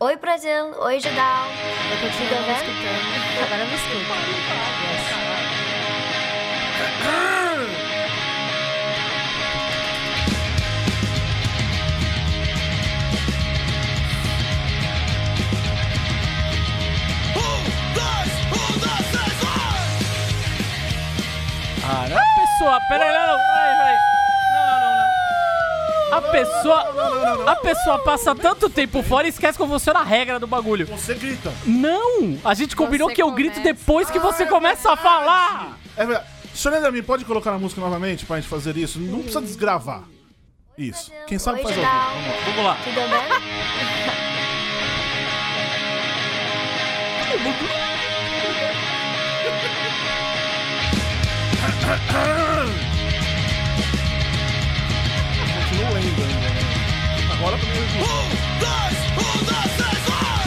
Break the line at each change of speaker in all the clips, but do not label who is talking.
Oi, Brasil. Oi, Judal. Eu tô te
né?
escutando.
Agora me escuta.
Ah, não. A pessoa, pera aí, não, não, vai, vai. Não, não, não, não. A pessoa, a pessoa passa tanto tempo fora e esquece como funciona a regra do bagulho.
Você grita.
Não! A gente combinou
Você
que eu grito
começa.
depois que você começa a falar.
É verdade. Soneda, me pode colocar a música novamente pra gente fazer isso? Não precisa desgravar. Isso. Quem sabe faz ao vivo. Vamos lá.
Vamos lá.
Tudo bem?
Continua ainda. né? Agora primeiro.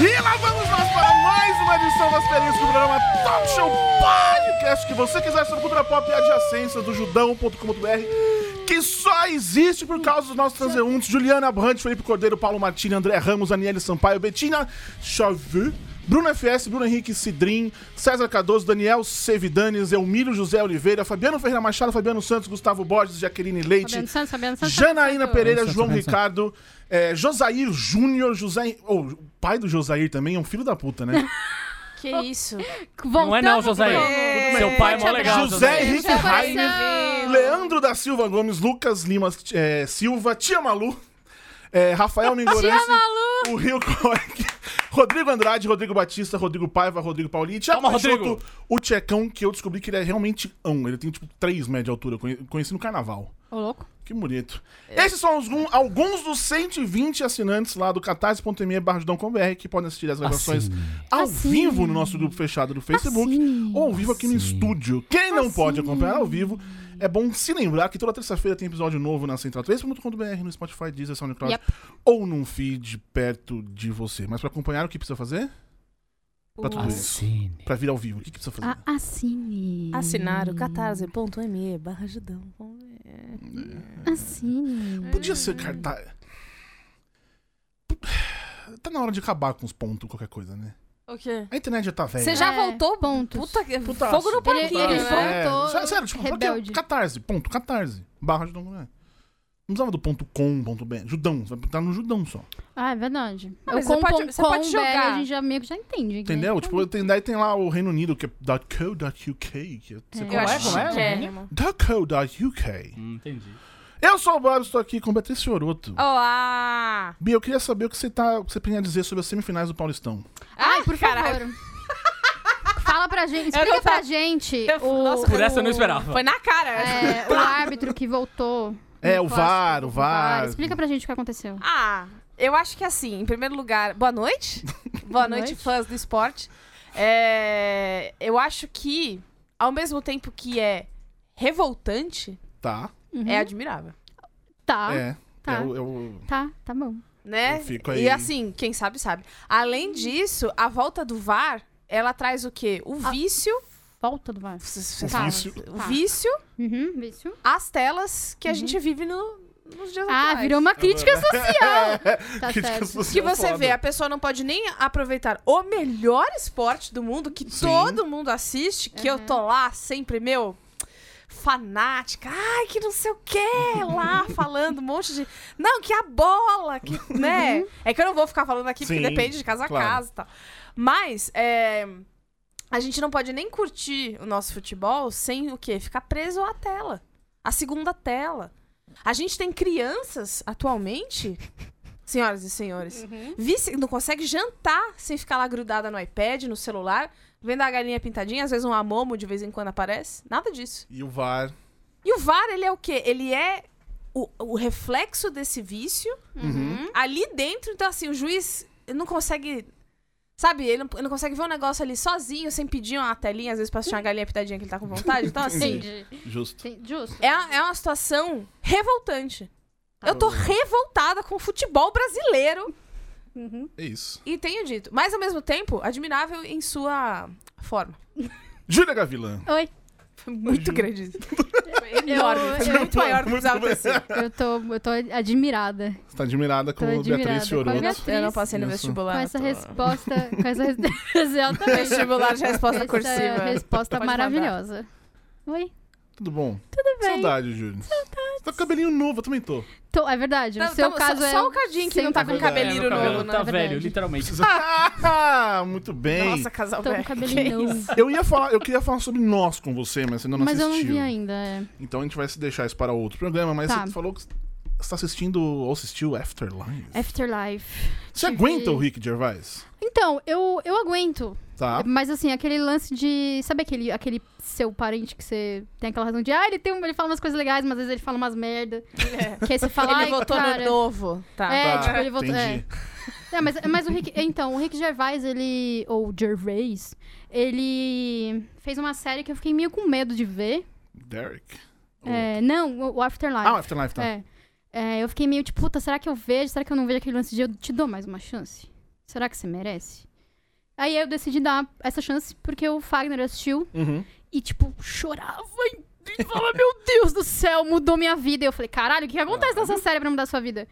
E lá vamos nós para mais uma edição das feirinhas do programa Talk Show Podcast. Que você quiser sobre cultura pop e adjacência do judão.com.br. Que só existe por causa dos nossos transeuntes Juliana Brandt, Felipe Cordeiro, Paulo Martini, André Ramos, Aniele Sampaio, Bettina Chauvet, Bruno FS, Bruno Henrique Cidrim, César Cardoso, Daniel Sevidanes, Elmílio José Oliveira, Fabiano Ferreira Machado, Fabiano Santos, Gustavo Borges, Jaqueline Leite,
Fabiano Santos, Fabiano Santos.
Janaína
Fabiano Santos.
Pereira,
Santos,
João
Santos.
Ricardo, eh, Josair Júnior, José. ou, o pai do Josair também é um filho da puta, né?
Que isso?
Voltando
Não é não, José.
pro-
Seu pai é mó legal.
José
Josair.
Henrique
Seu
Raine,
coração.
Leandro da Silva Gomes, Lucas Lima eh, Silva, Tia Malu, eh, Rafael Mingorance, o Rio Cork, Rodrigo Andrade, Rodrigo Batista, Rodrigo Paiva, Rodrigo Paulinho, Thiago
Calma,
Peixoto,
Rodrigo.
o Tchecão, que eu descobri que ele é realmente um. Ele tem tipo 3 metros de altura, eu conhe- conheci no carnaval.
Ô, louco.
Que bonito. Esses são algum- alguns dos 120 assinantes lá do catarse.me barra Judão com BR que podem assistir as
Ah,
gravações ao vivo no nosso grupo fechado do Facebook
Assine.
ou ao vivo aqui no estúdio. Quem não pode acompanhar ao vivo, é bom se lembrar que toda terça-feira tem episódio novo na central3.com.br, no Spotify, Deezer, SoundCloud
Yep.
ou num feed perto de você. Mas pra acompanhar, o que precisa fazer? Pra tudo isso.
Assine.
Pra vir ao vivo, o que que precisa fazer?
A Ah, assine.
Assinar o catarse.me barra judão. Vamos ver.
Assine.
Podia ser cartaz. Tá na hora de acabar com os pontos, qualquer coisa, né?
O quê?
A internet já tá velha.
Você já
É.
voltou,
Ponto.
Puta que...
Putaço,
Fogo no
putaço,
parquinho,
ele
né?
é.
voltou
Sério, sério, tipo, pra quê?
rebelde.
Catarse, ponto, catarse. Barra judão. Não é. Não precisava do ponto com, ponto br. Judão, você vai botar no judão só.
Ah, é verdade.
Ah,
eu
mas você
com,
pode-
com,
você pode
com
jogar.
BR, a gente já meio que já entende. né?
Entendeu? Tipo, tem, daí tem lá o Reino Unido, que é .co.uk. Que é, você
É.
Eu acho
como é?
chiquérrimo.
.co.uk.
Hum, entendi.
Eu sou o Bob, estou aqui com Beatriz Fioroto.
Ah. Olá!
Bia, eu queria saber o que você, tá, o que você tem a dizer sobre as semifinais do Paulistão.
Ai, por
Ah, caralho.
favor. Fala pra gente,
Eu
explica
não tava-
pra gente
Eu-
o,
nossa,
Por essa eu não
o-
esperava.
Foi na cara.
é, o árbitro que voltou.
É,
no
o
clássico.
VAR, o VAR.
Explica pra gente o que
É.
aconteceu.
Ah, eu acho que assim, em primeiro lugar, boa noite. Boa noite,
noite.
fãs do esporte. É, eu acho que, ao mesmo tempo que é revoltante,
Tá,
é admirável.
Tá,
é.
tá.
Eu, eu-
tá, tá bom.
Né?
Eu fico aí-
E assim, quem sabe, sabe. Além disso, a volta do VAR, ela traz o quê? O
Ah,
vício.
Volta do VAR.
Tá.
O vício,
Uhum, vício.
as telas que a gente vive no, nos dias
Uhum. Ah,
atuais.
virou uma crítica social. Tá
Crítica
certo.
social
Que você
é foda.
vê, a pessoa não pode nem aproveitar o melhor esporte do mundo, que
Sim.
todo mundo assiste, que eu
Uhum.
tô lá sempre, meu, fanática, ai, que não sei o que, lá falando um monte de. Não, que a bola, que, né? É que eu não vou ficar falando aqui,
Uhum. Sim,
porque depende de casa
claro.
a casa e tal. Mas, é, A gente não pode nem curtir o nosso futebol sem o quê? Ficar preso à tela. à segunda tela. A gente tem crianças atualmente, senhoras e senhores, vice- não consegue jantar sem ficar lá grudada no iPad, no celular, vendo a galinha pintadinha, às vezes um amomo de vez em quando aparece. Nada disso.
E o VAR.
E o VAR, ele é o quê? Ele é o, o reflexo desse vício
Uhum.
ali dentro. Então, assim, o juiz não consegue. Sabe, ele não, ele não consegue ver um negócio ali sozinho, sem pedir uma telinha, às vezes pra assistir uma galinha pitadinha que ele tá com vontade. Então, assim,
Entendi.
Justo.
Sim, Justo.
é, é uma situação revoltante. Eu tô revoltada com o futebol brasileiro.
É isso.
E tenho dito. Mas, ao mesmo tempo, admirável em sua forma.
Júlia Gavilã.
Oi.
Foi muito grande isso. Foi
Eu-
enorme. Foi
eu-
muito maior do que precisava ter sido.
Eu tô, eu tô admirada
Você tá admirada com
Tô
a Beatriz
admirada.
Fiorotto.
Qual é a Beatriz.
Eu não passei no
Isso.
vestibular.
com essa
tô-
resposta. Com essa res- Exatamente.
Vestibular de resposta
Essa
cursiva.
resposta
Pode mandar.
maravilhosa. Oi?
Tudo bom?
Tudo bem.
Saudade, Júlio. Você tá com cabelinho novo, eu também tô.
Tô- é verdade.
Tá-
o
tá-
seu
só-
caso é.
só o Cadinho que não tá com
o
sempre-
cabelinho
É, meu cabelo
novo, né?
Tá
É
velho,
verdade.
literalmente.
Ah, muito bem.
Nossa, casal
Tô com
velho.
cabelinho novo.
Eu ia falar, eu queria falar sobre nós com você, mas você ainda não
Mas eu não
assistiu.
vi ainda. é.
Então a gente vai se deixar isso para outro programa, mas
Tá.
você falou que você tá assistindo ou assistiu Afterlife.
Afterlife.
Você
tive-
aguenta o Rick Gervais?
Então, eu, eu aguento.
Tá.
Mas assim, aquele lance de. Sabe aquele, aquele seu parente que você tem aquela razão de. Ah, ele, tem um, ele fala umas coisas legais, mas às vezes ele fala umas merda. Que aí você
É.
fala.
Ele
"Ai,
votou
cara,
no novo. Tá.
É,
tá,
tipo, ele voltou-
Entendi.
É, mas, mas o Rick. Então, o Rick Gervais, ele. Ou Gervais, ele fez uma série que eu fiquei meio com medo de ver.
Derek.
É, não, o- o Afterlife.
Ah, o Afterlife, tá.
É. É, eu fiquei meio tipo, puta, será que eu vejo? Será que eu não vejo aquele lance de eu te dou mais uma chance? Será que você merece? Aí eu decidi dar essa chance porque o Fagner assistiu
Uhum.
e, tipo, chorava e e falava, meu Deus do céu, mudou minha vida. E eu falei, caralho, o que que acontece nessa série pra mudar sua vida?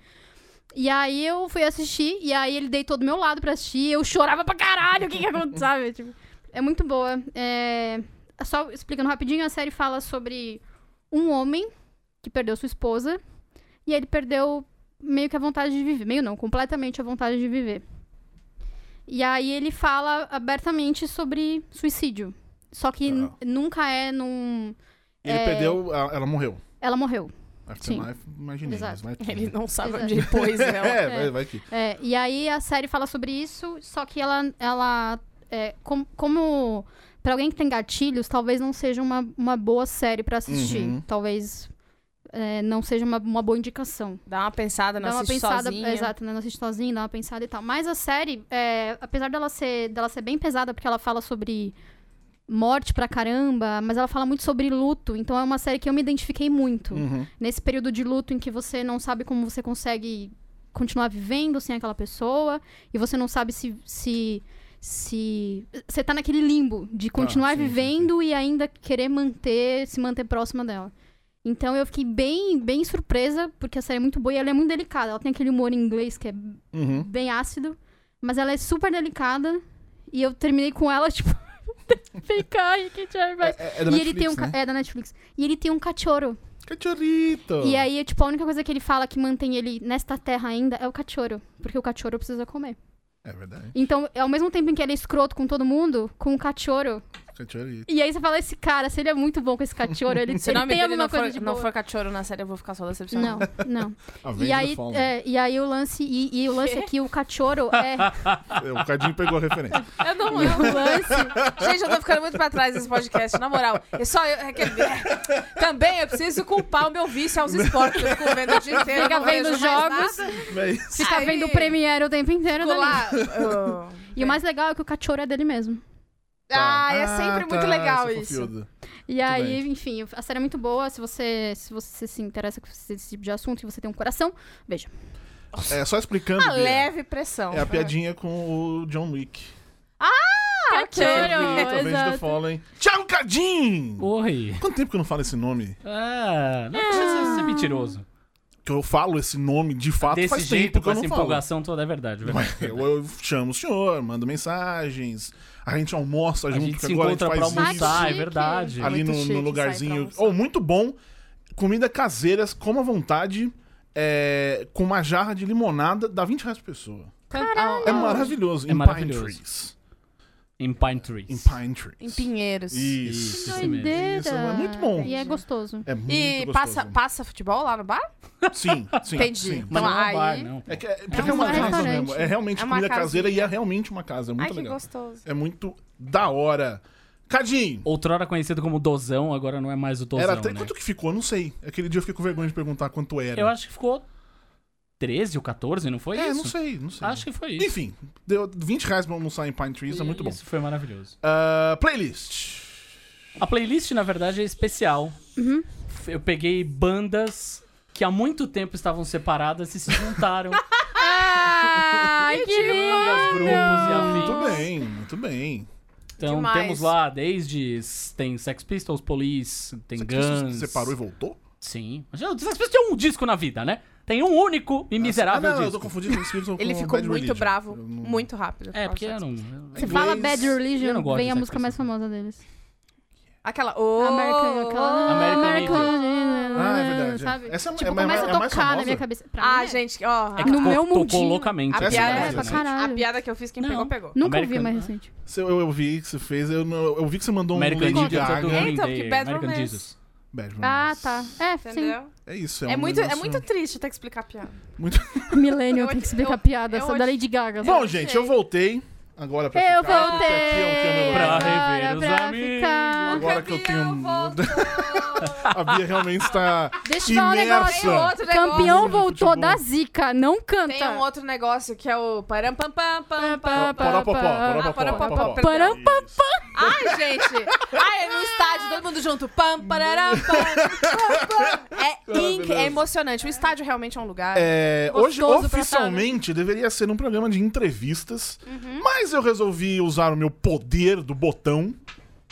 E aí eu fui assistir, e aí ele deitou do meu lado pra assistir, e eu chorava pra caralho, o que que acontece, sabe? Tipo, é muito boa. É, Só explicando rapidinho, a série fala sobre um homem que perdeu sua esposa, e ele perdeu meio que a vontade de viver. Meio não, completamente a vontade de viver. E aí ele fala abertamente sobre suicídio. Só que
Tá.
n- nunca é num.
Ele
É.
perdeu, a- ela morreu.
Ela morreu.
Afterlife, imaginei.
Exato.
Mas vai que...
Ele não sabe
Exato.
onde ele pôs né? ela.
É, vai, vai que.
É, e aí a série fala sobre isso, só que ela. ela é, com- como. Pra alguém que tem gatilhos, talvez não seja uma, uma boa série pra assistir.
Uhum.
Talvez é, não seja uma, uma boa indicação.
Dá uma pensada, não
dá uma
assiste
pensada,
sozinha.
exato, né? Não assiste sozinho, dá uma pensada e tal. Mas a série, é, apesar dela ser, dela ser bem pesada, porque ela fala sobre morte pra caramba, mas ela fala muito sobre luto. Então é uma série que eu me identifiquei muito.
Uhum.
Nesse período de luto em que você não sabe como você consegue continuar vivendo sem aquela pessoa, e você não sabe se. se se você tá naquele limbo de continuar
sim, sim,
vivendo e ainda querer manter, se manter próxima dela. Então eu fiquei bem, bem surpresa, porque a série é muito boa e ela é muito delicada. Ela tem aquele humor em inglês que é
Uhum.
bem ácido, mas ela é super delicada. E eu terminei com ela, tipo, ficar e que vai.
É, é da
E ele tem um.
Netflix,
ca-
né?
É da Netflix. E ele tem um cachorro.
Cachorrito.
E aí, tipo, a única coisa que ele fala que mantém ele nesta terra ainda é o cachorro. Porque o cachorro precisa comer.
É verdade.
Então, ao mesmo tempo em que ele é escroto com todo mundo, com o cachorro.
Cachorrito.
E aí você fala, esse cara, se ele é muito bom com esse cachorro, ele,
Se o
ele
nome
tem
dele
alguma
não
coisa
for,
de
não
boa.
for cachorro na série, eu vou ficar só decepcionada.
Não, não.
A
E aí,
Fallen.
é, e aí o lance, e, e o lance é que o cachorro é.
É, O Cadinho pegou a referência.
Eu não
e o lance.
Gente, eu tô ficando muito pra trás nesse podcast, na moral. É só eu. é que- é. Também eu preciso culpar o meu vício aos esportes. Eu fico vendo o dia inteiro.
Fica
não
vendo
vejo
jogos.
mais nada.
Véi,
Fica
Aí,
vendo o Premiere o tempo inteiro
fico
dali.
lá. eu-
E o mais legal é que o cachorro é dele mesmo.
tá.
Ah, é sempre muito
tá,
legal
essa
isso.
fofiuda.
E aí, enfim, a série é muito boa. Se você se, você se interessa com esse esse tipo de assunto e você tem um coração, veja.
É, só explicando.
Uma
Bia,
leve pressão.
É a piadinha com o John Wick.
Ah, ok.
Cachorrito, Avenged
exato.
Fallen. Tchau, Cadinho!
Oi.
Quanto tempo que eu não falo esse nome?
Ah, não precisa ser mentiroso.
Que eu falo esse nome de fato
Desse
Ah, faz
jeito,
tempo que
com
eu
essa
não falo.
empolgação toda, é verdade. velho.
Mas Eu, eu chamo o senhor, mando mensagens, a gente almoça
A
junto,
gente
que
se
agora a gente
encontra pra
faz isso.
almoçar, é
Chique.
verdade.
ali
Muito
no,
chique
no
sair pra
lugarzinho.
almoçar.
Ou muito bom. Comida caseira, coma à vontade. é, com uma jarra de limonada, dá 20 reais por pessoa.
Caralho.
É maravilhoso.
É
em
maravilhoso.
Pine Trees.
Em Pine Trees.
Em Pine Trees.
Em Pinheiros.
Isso.
Isso mesmo.
Doideira.
Isso, é muito bom.
E é gostoso.
É muito
E
gostoso.
passa, passa futebol lá no bar?
Sim, sim.
Entendi.
sim.
Mas não é um
Então,
bar,
aí-
não.
É, que, é, porque
um
é uma casa
restaurante.
mesmo. É realmente
É uma
comida caseira e
casinha.
é realmente uma casa. É muito
Ai, que
legal.
gostoso.
É muito da hora. Cadinho!
Outrora conhecido como Dozão, agora não é mais o Dozão,
Era até
né?
quanto que ficou? Eu Não sei. Aquele dia eu fiquei com vergonha de perguntar quanto era.
Eu acho que ficou 13 ou 14, não foi
é,
isso?
não sei, não sei.
Acho que foi isso.
Enfim, deu 20 reais pra almoçar em Pine Trees, é muito bom.
Isso foi maravilhoso.
Ah, playlist.
A playlist, na verdade, é especial. Eu peguei bandas que há muito tempo estavam separadas e se juntaram.
Ai, que
Ah,
Bandas, grupos e afins.
Muito bem, muito bem.
Então
Demais.
temos lá desde. s- Tem Sex Pistols, Police, tem
Você
Guns.
separou e voltou?
Sim. Imagina, o Sex Pistols tem um disco na vida, né? Tem um único e miserável
Ah, não, eu tô
disco.
confundindo com Sex Pistols
Ele
com
ficou
Bad
muito
Religion.
bravo,
Eu não-
muito rápido.
É, porque eu
Nossa.
não.
Você fala
Inglês,
Bad
eu
Religion,
não gosto
vem a
dessa
música mais
expressão.
famosa deles.
Aquela. Oh,
American, aquela...
American
Idiot.
Ah, é verdade.
Sabe?
Essa é-
tipo,
é-
começa
é- é
a
mais
tocar na
famosa?
minha cabeça. Pra mim
Ah,
é.
gente, ó.
É
a-
que
No
to-
meu
tocou
mundinho.
loucamente.
A
Essa
piada,
é
é
pra
caralho.
a piada que eu fiz, quem
né? Não.
pegou, pegou.
Nunca
American-
ouvi mais recente.
Se Eu, eu vi que você fez, eu, não- eu vi que você mandou um
American
Lady
Idiot,
Gaga.
do Green
Então,
Day,
porque Bad
American
Romance.
Jesus.
Bad Romance.
Ah, tá. É, sim.
Entendeu?
É isso, é,
É,
um
muito, é
negócio-
muito triste ter que explicar a piada.
muito-
Millennium
Eu
tem que
hoje-
explicar
eu-
a piada,
eu
essa da
hoje-
Lady Gaga.
Bom,
Eu
gente,
achei.
eu voltei agora pra ficar,
Eu
porque Aqui
voltei
é o que eu não-
Pra rever
agora
os
pra
amigos.
ficar.
Agora que eu tenho um
Campeão
medo.
voltou.
A Bia realmente está
Deixa eu falar um negócio.
Tem
imersa.
outro negócio.
Campeão
Futebol.
voltou da zica, não canta.
Tem um outro negócio que é o param pam pam pam pam.
Pá, pá, pá,
Poró-popó,
pá.
Ah, poró-popó,
poró-popó.
perdão.
Porão-
Isso.
Ai, gente. Ai, é no estádio, todo mundo junto. Pam, pararam, pam, pam. É inc... é emocionante. O estádio realmente é um lugar.
É, hoje,
Gostoso pra
oficialmente, deveria ser um programa de entrevistas,
Uhum.
mas eu resolvi usar o meu poder do botão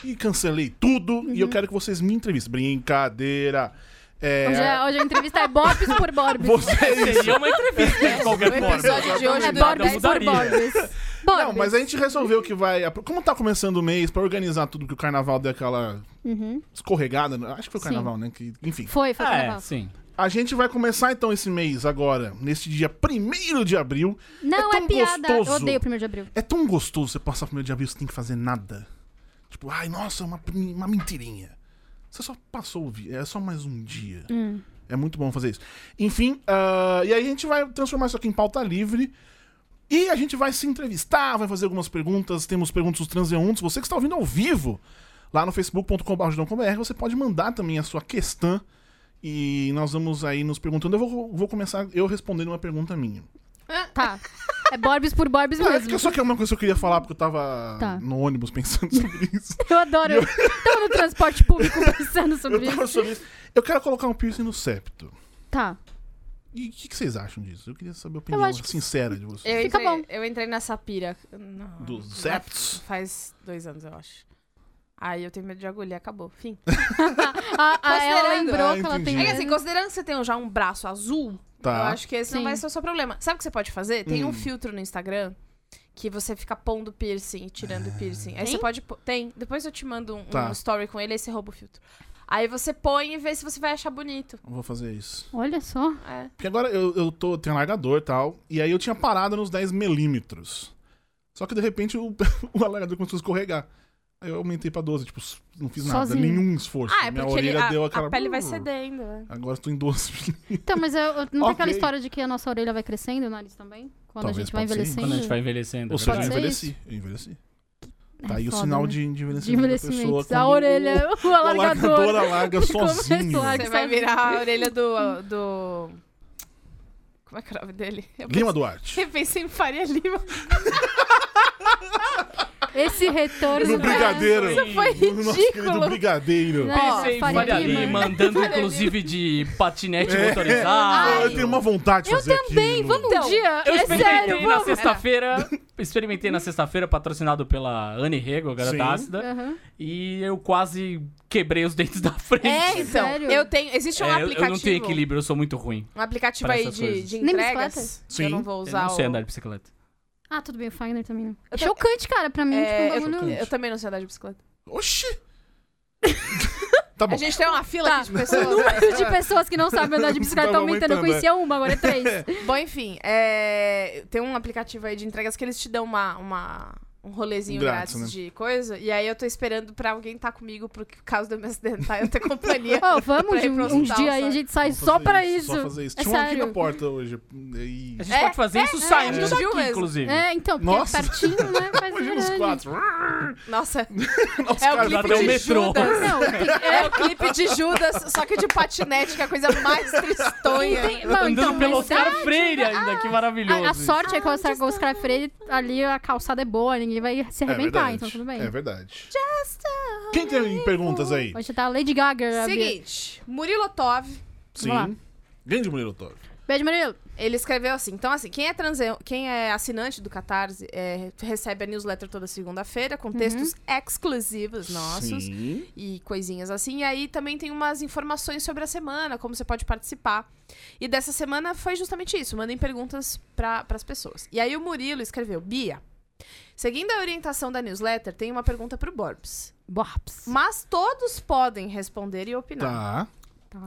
e cancelei tudo. E
Uhum.
eu quero que vocês me entrevistem. Brincadeira. É,
Hoje, a, hoje a entrevista é Bobs por Borbs.
Vocês.
Seria uma entrevista de
O
qualquer forma.
episódio de hoje
É
do
Borbs
Nordeste-
por
mudaria.
Borbs. Borbs.
Não, mas a gente resolveu que vai. Como tá começando o mês, pra organizar tudo que o carnaval deu aquela
Uhum.
escorregada. Acho que foi o
Sim.
carnaval, né? Que, enfim.
Foi, foi
É,
carnaval.
sim.
A gente vai começar então esse mês agora, neste dia 1 de abril.
Não,
É
é,
tão
piada.
gostoso.
Eu odeio o primeiro de abril.
É tão gostoso você passar o primeiro de abril sem ter que fazer nada. Tipo, ai, nossa, uma, prim- uma mentirinha. Você só passou o dia, é só mais um dia. É muito bom fazer isso. Enfim, ah, e aí a gente vai transformar isso aqui em pauta livre. E a gente vai se entrevistar, vai fazer algumas perguntas. Temos perguntas dos transeuntes. Você que está ouvindo ao vivo, lá no facebook.com.br, você pode mandar também a sua questão. E nós vamos aí nos perguntando. Eu vou, vou começar eu respondendo uma pergunta minha.
Tá. É Borbs por Borbs
Não, é porque
mesmo.
só que é uma coisa que eu queria falar, porque eu tava
Tá.
no ônibus pensando sobre isso.
Eu adoro. Eu tava no transporte público pensando
eu
sobre
tava
isso.
sobre isso. Eu quero colocar um piercing no septo.
Tá.
E o que, que vocês acham disso? Eu queria saber a opinião
acho que-
sincera de vocês.
Eu
Fica
entrei,
bom.
Eu entrei nessa pira. Não.
Dos septos?
Faz dois anos, eu acho. Aí eu tenho medo de agulha, acabou. Fim.
A, a- ela
Considerando-
lembrou
Ah,
que ela tem.
entendi.
É que assim, considerando que você tem já um braço azul, eu
Tá.
acho que esse
Sim.
não vai ser o seu problema. Sabe o que você pode fazer? Tem
Hum.
um filtro no Instagram que você fica pondo piercing e tirando piercing. Aí você pode. pô- Tem. Depois eu te mando um, um
Ah. Tá.
story com ele, aí você rouba o filtro. Aí você põe e vê se você vai achar bonito.
Eu vou fazer isso.
Olha só.
É.
Porque agora eu, eu tô, tenho largador e tal. E aí eu tinha parado nos 10 milímetros. Só que de repente o, o alargador começou a escorregar. Aí eu aumentei pra 12, tipo, não fiz nada,
Sozinho.
nenhum esforço.
Ah, é
Minha
porque ele-
orelha
a,
deu
a
aquela. uh.
pele vai cedendo. é.
Agora eu tô em 12
Então, mas eu, eu- não tem aquela
Ok.
história de que a nossa orelha vai crescendo e o nariz também? Quando
Talvez
a gente vai
pode ser.
envelhecendo?
Quando a gente vai envelhecendo.
Ou
é
seja, eu
Pode
verdade.
ser
envelheci. Eu enveleci.
É
Tá aí o
foda,
sinal
né?
de, de
De
envelhecimento da pessoa.
envelhecimento. A
quando
orelha, é o
O alargador
alargador.
alarga
Começou
sozinho.
a-
Você vai virar a orelha do. do... Como é que é o nome dele? Eu
Lima Duarte.
pensei, pensei em Faria Lima.
Esse retorno.
No brigadeiro.
Isso foi
No nosso querido
ridículo.
brigadeiro.
Né?
Pensei em
Faria
Faria
Lima.
Lima, andando inclusive de patinete motorizado.
Ah, eu tenho uma vontade de
Eu
fazer
também,
aquilo.
Então,
vamos um dia.
Eu
é
experimentei
sério,
na
vamos.
sexta-feira. Experimentei na sexta-feira, patrocinado pela Anne Hegel,
Sim.
garota ácida.
Aham.
E eu quase quebrei os dentes da frente.
É, então.
Sério?
Eu tenho. Existe um
É, eu-
aplicativo.
eu, não tenho equilíbrio, eu sou muito ruim.
Um aplicativo
pra
aí
essas
de,
coisas.
de
Nem
entregas.
bicicleta?
Sim.
Eu não vou
Eu
usar
não sei
o-
andar de bicicleta.
Ah, tudo bem, o Fagner também não. É
Eu tô-
chocante, cara, pra mim.
É,
tipo, um bagulho-
eu, eu também não sei andar de bicicleta.
Oxi! tá bom.
A gente tem uma fila
Tá.
aqui de pessoas.
O número de pessoas que não sabem andar de bicicleta tá
Tava
aumentando. Eu
aumentando,
conhecia uma, agora é três.
Bom, enfim, é, tem um aplicativo aí de entregas que eles te dão uma, uma- um rolezinho
Grátis,
grátis,
né?
de coisa. E aí eu tô esperando pra alguém estar comigo pro caso de eu me acidentar tá? eu ter companhia.
Ó, vamos
Pra
de um,
ir pro
uns
hospital,
dias aí, a
sabe?
gente sai
Vamos
só
fazer
pra
isso,
isso.
Só fazer isso.
É
Tinha um aqui
sério.
na porta hoje. E...
A gente pode fazer isso
a
saindo
gente
daqui,
viu mesmo.
inclusive.
É, então, porque
Nossa.
é pertinho, né? Mas é
Imagina os
verdade.
quatro.
Nossa,
Os
é o
caras
clipe
até o
de
metrô.
Judas.
Não, tem-
É o clipe de Judas, só que de patinete, que é a coisa mais tristonha.
tem- não,
Andando
então,
pelo
mas dá-
Oscar Freire ainda, que maravilhoso.
A, a sorte
Ah,
é que o Oscar, o Oscar Freire, ali a calçada é boa, ninguém vai se
É
arrebentar,
verdade.
então tudo bem.
É verdade. Quem tem perguntas aí?
Hoje tá a Lady Gaga. a Bia.
Seguinte, Murilo Tov
Sim.
lá.
Grande Murilo Toro.
Beijo, Murilo.
Ele escreveu assim: então, assim, quem é, transe... quem é assinante do Catarse é, recebe a newsletter toda segunda-feira com textos exclusivos nossos
Sim.
e coisinhas assim. E aí também tem umas informações sobre a semana, como você pode participar. E dessa semana foi justamente isso: mandem perguntas para as pessoas. E aí o Murilo escreveu: Bia, seguindo a orientação da newsletter, tem uma pergunta pro Borbs.
Borps.
Mas todos podem responder e opinar.
Tá.
Tá.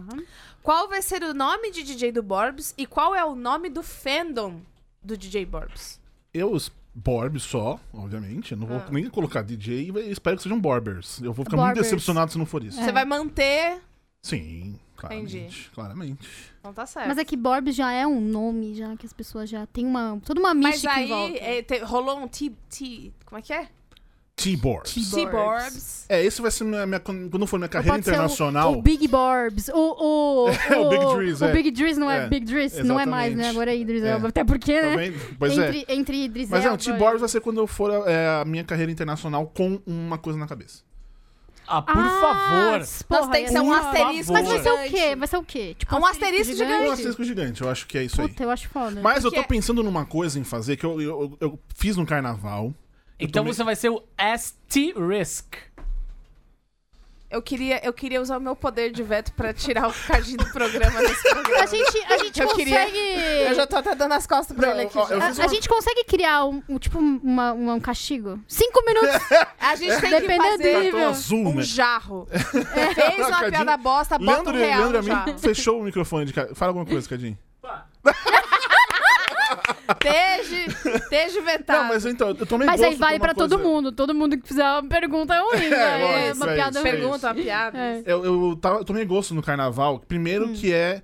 Qual vai ser o nome de DJ do Borbs e qual é o nome do fandom do DJ Borbs?
Eu, os Borb só, obviamente. Não vou nem colocar DJ e vai- espero que sejam Borbers. Eu vou ficar muito
Ah. Borbers.
decepcionado se não for isso.
É.
Você vai manter.
Sim, claramente. Claramente.
Então tá certo.
Mas é que Borb já é um nome, já que as pessoas já tem uma. toda uma
Mas
mística em
aí
volta.
é, te- rolou um T, T. Como é que é?
T-Borbs.
T Borbs.
É, esse vai ser minha, minha- quando for minha carreira
Pode ser o-
internacional.
O, Big Borbs. O, o,
É, o Big Driz,
O
é.
Big Driz não é,
É,
Big Driz, não é mais,
exatamente.
né? Agora é Idris
É.
Elba. Até porque,
Tá
né?
vendo? Pois é.
entre, entre Idris
Mas é,
Elba.
o T-Borbs vai ser quando eu for é, a minha carreira internacional com uma coisa na cabeça.
Ah, por
Ah,
favor.
porra,
Nossa, tem que ser
ia
um
ser-
asterisco.
Mas vai ser o
gigante.
quê? Vai ser o quê? Tipo,
Um asterisco gigante.
Um asterisco gigante, eu acho que é isso aí.
Puta, né? eu acho foda.
Mas eu
Porque-
tô pensando numa coisa em fazer que eu, eu, eu- eu fiz no carnaval.
Então
tomei-
você vai ser o asterisk.
Eu queria, eu queria usar o meu poder de veto pra tirar o Cardinho do programa nesse programa.
A gente, a gente
Eu
consegue.
queria- Eu já tô até dando as costas pra
Não,
ele aqui.
ó,
já.
eu
A,
fiz
a
uma-
gente consegue criar um, um- tipo uma, uma- um castigo? Cinco minutos.
A gente tem que
Dependendo
fazer
dele.
Cartão azul,
um
né?
jarro. Fez uma
Cadinho.
piada
Tá
bosta, bota um
né? Leandro,
real
Leandro
no
é a mim
jarro.
fechou o microfone de cara. Fala alguma coisa, Cadinho.
Teje, teje vetado.
Não, mas então, eu tomei
Tá. Mas
gosto
aí vale
de uma
pra todo
coisa.
mundo. Todo mundo que fizer uma pergunta é ruim. né?
lógico,
é uma
isso aí,
piada
isso aí.
ruim.
Pergunta, uma piada.
É.
Eu, eu, tava, eu tomei gosto no carnaval. Primeiro
Hum.
que é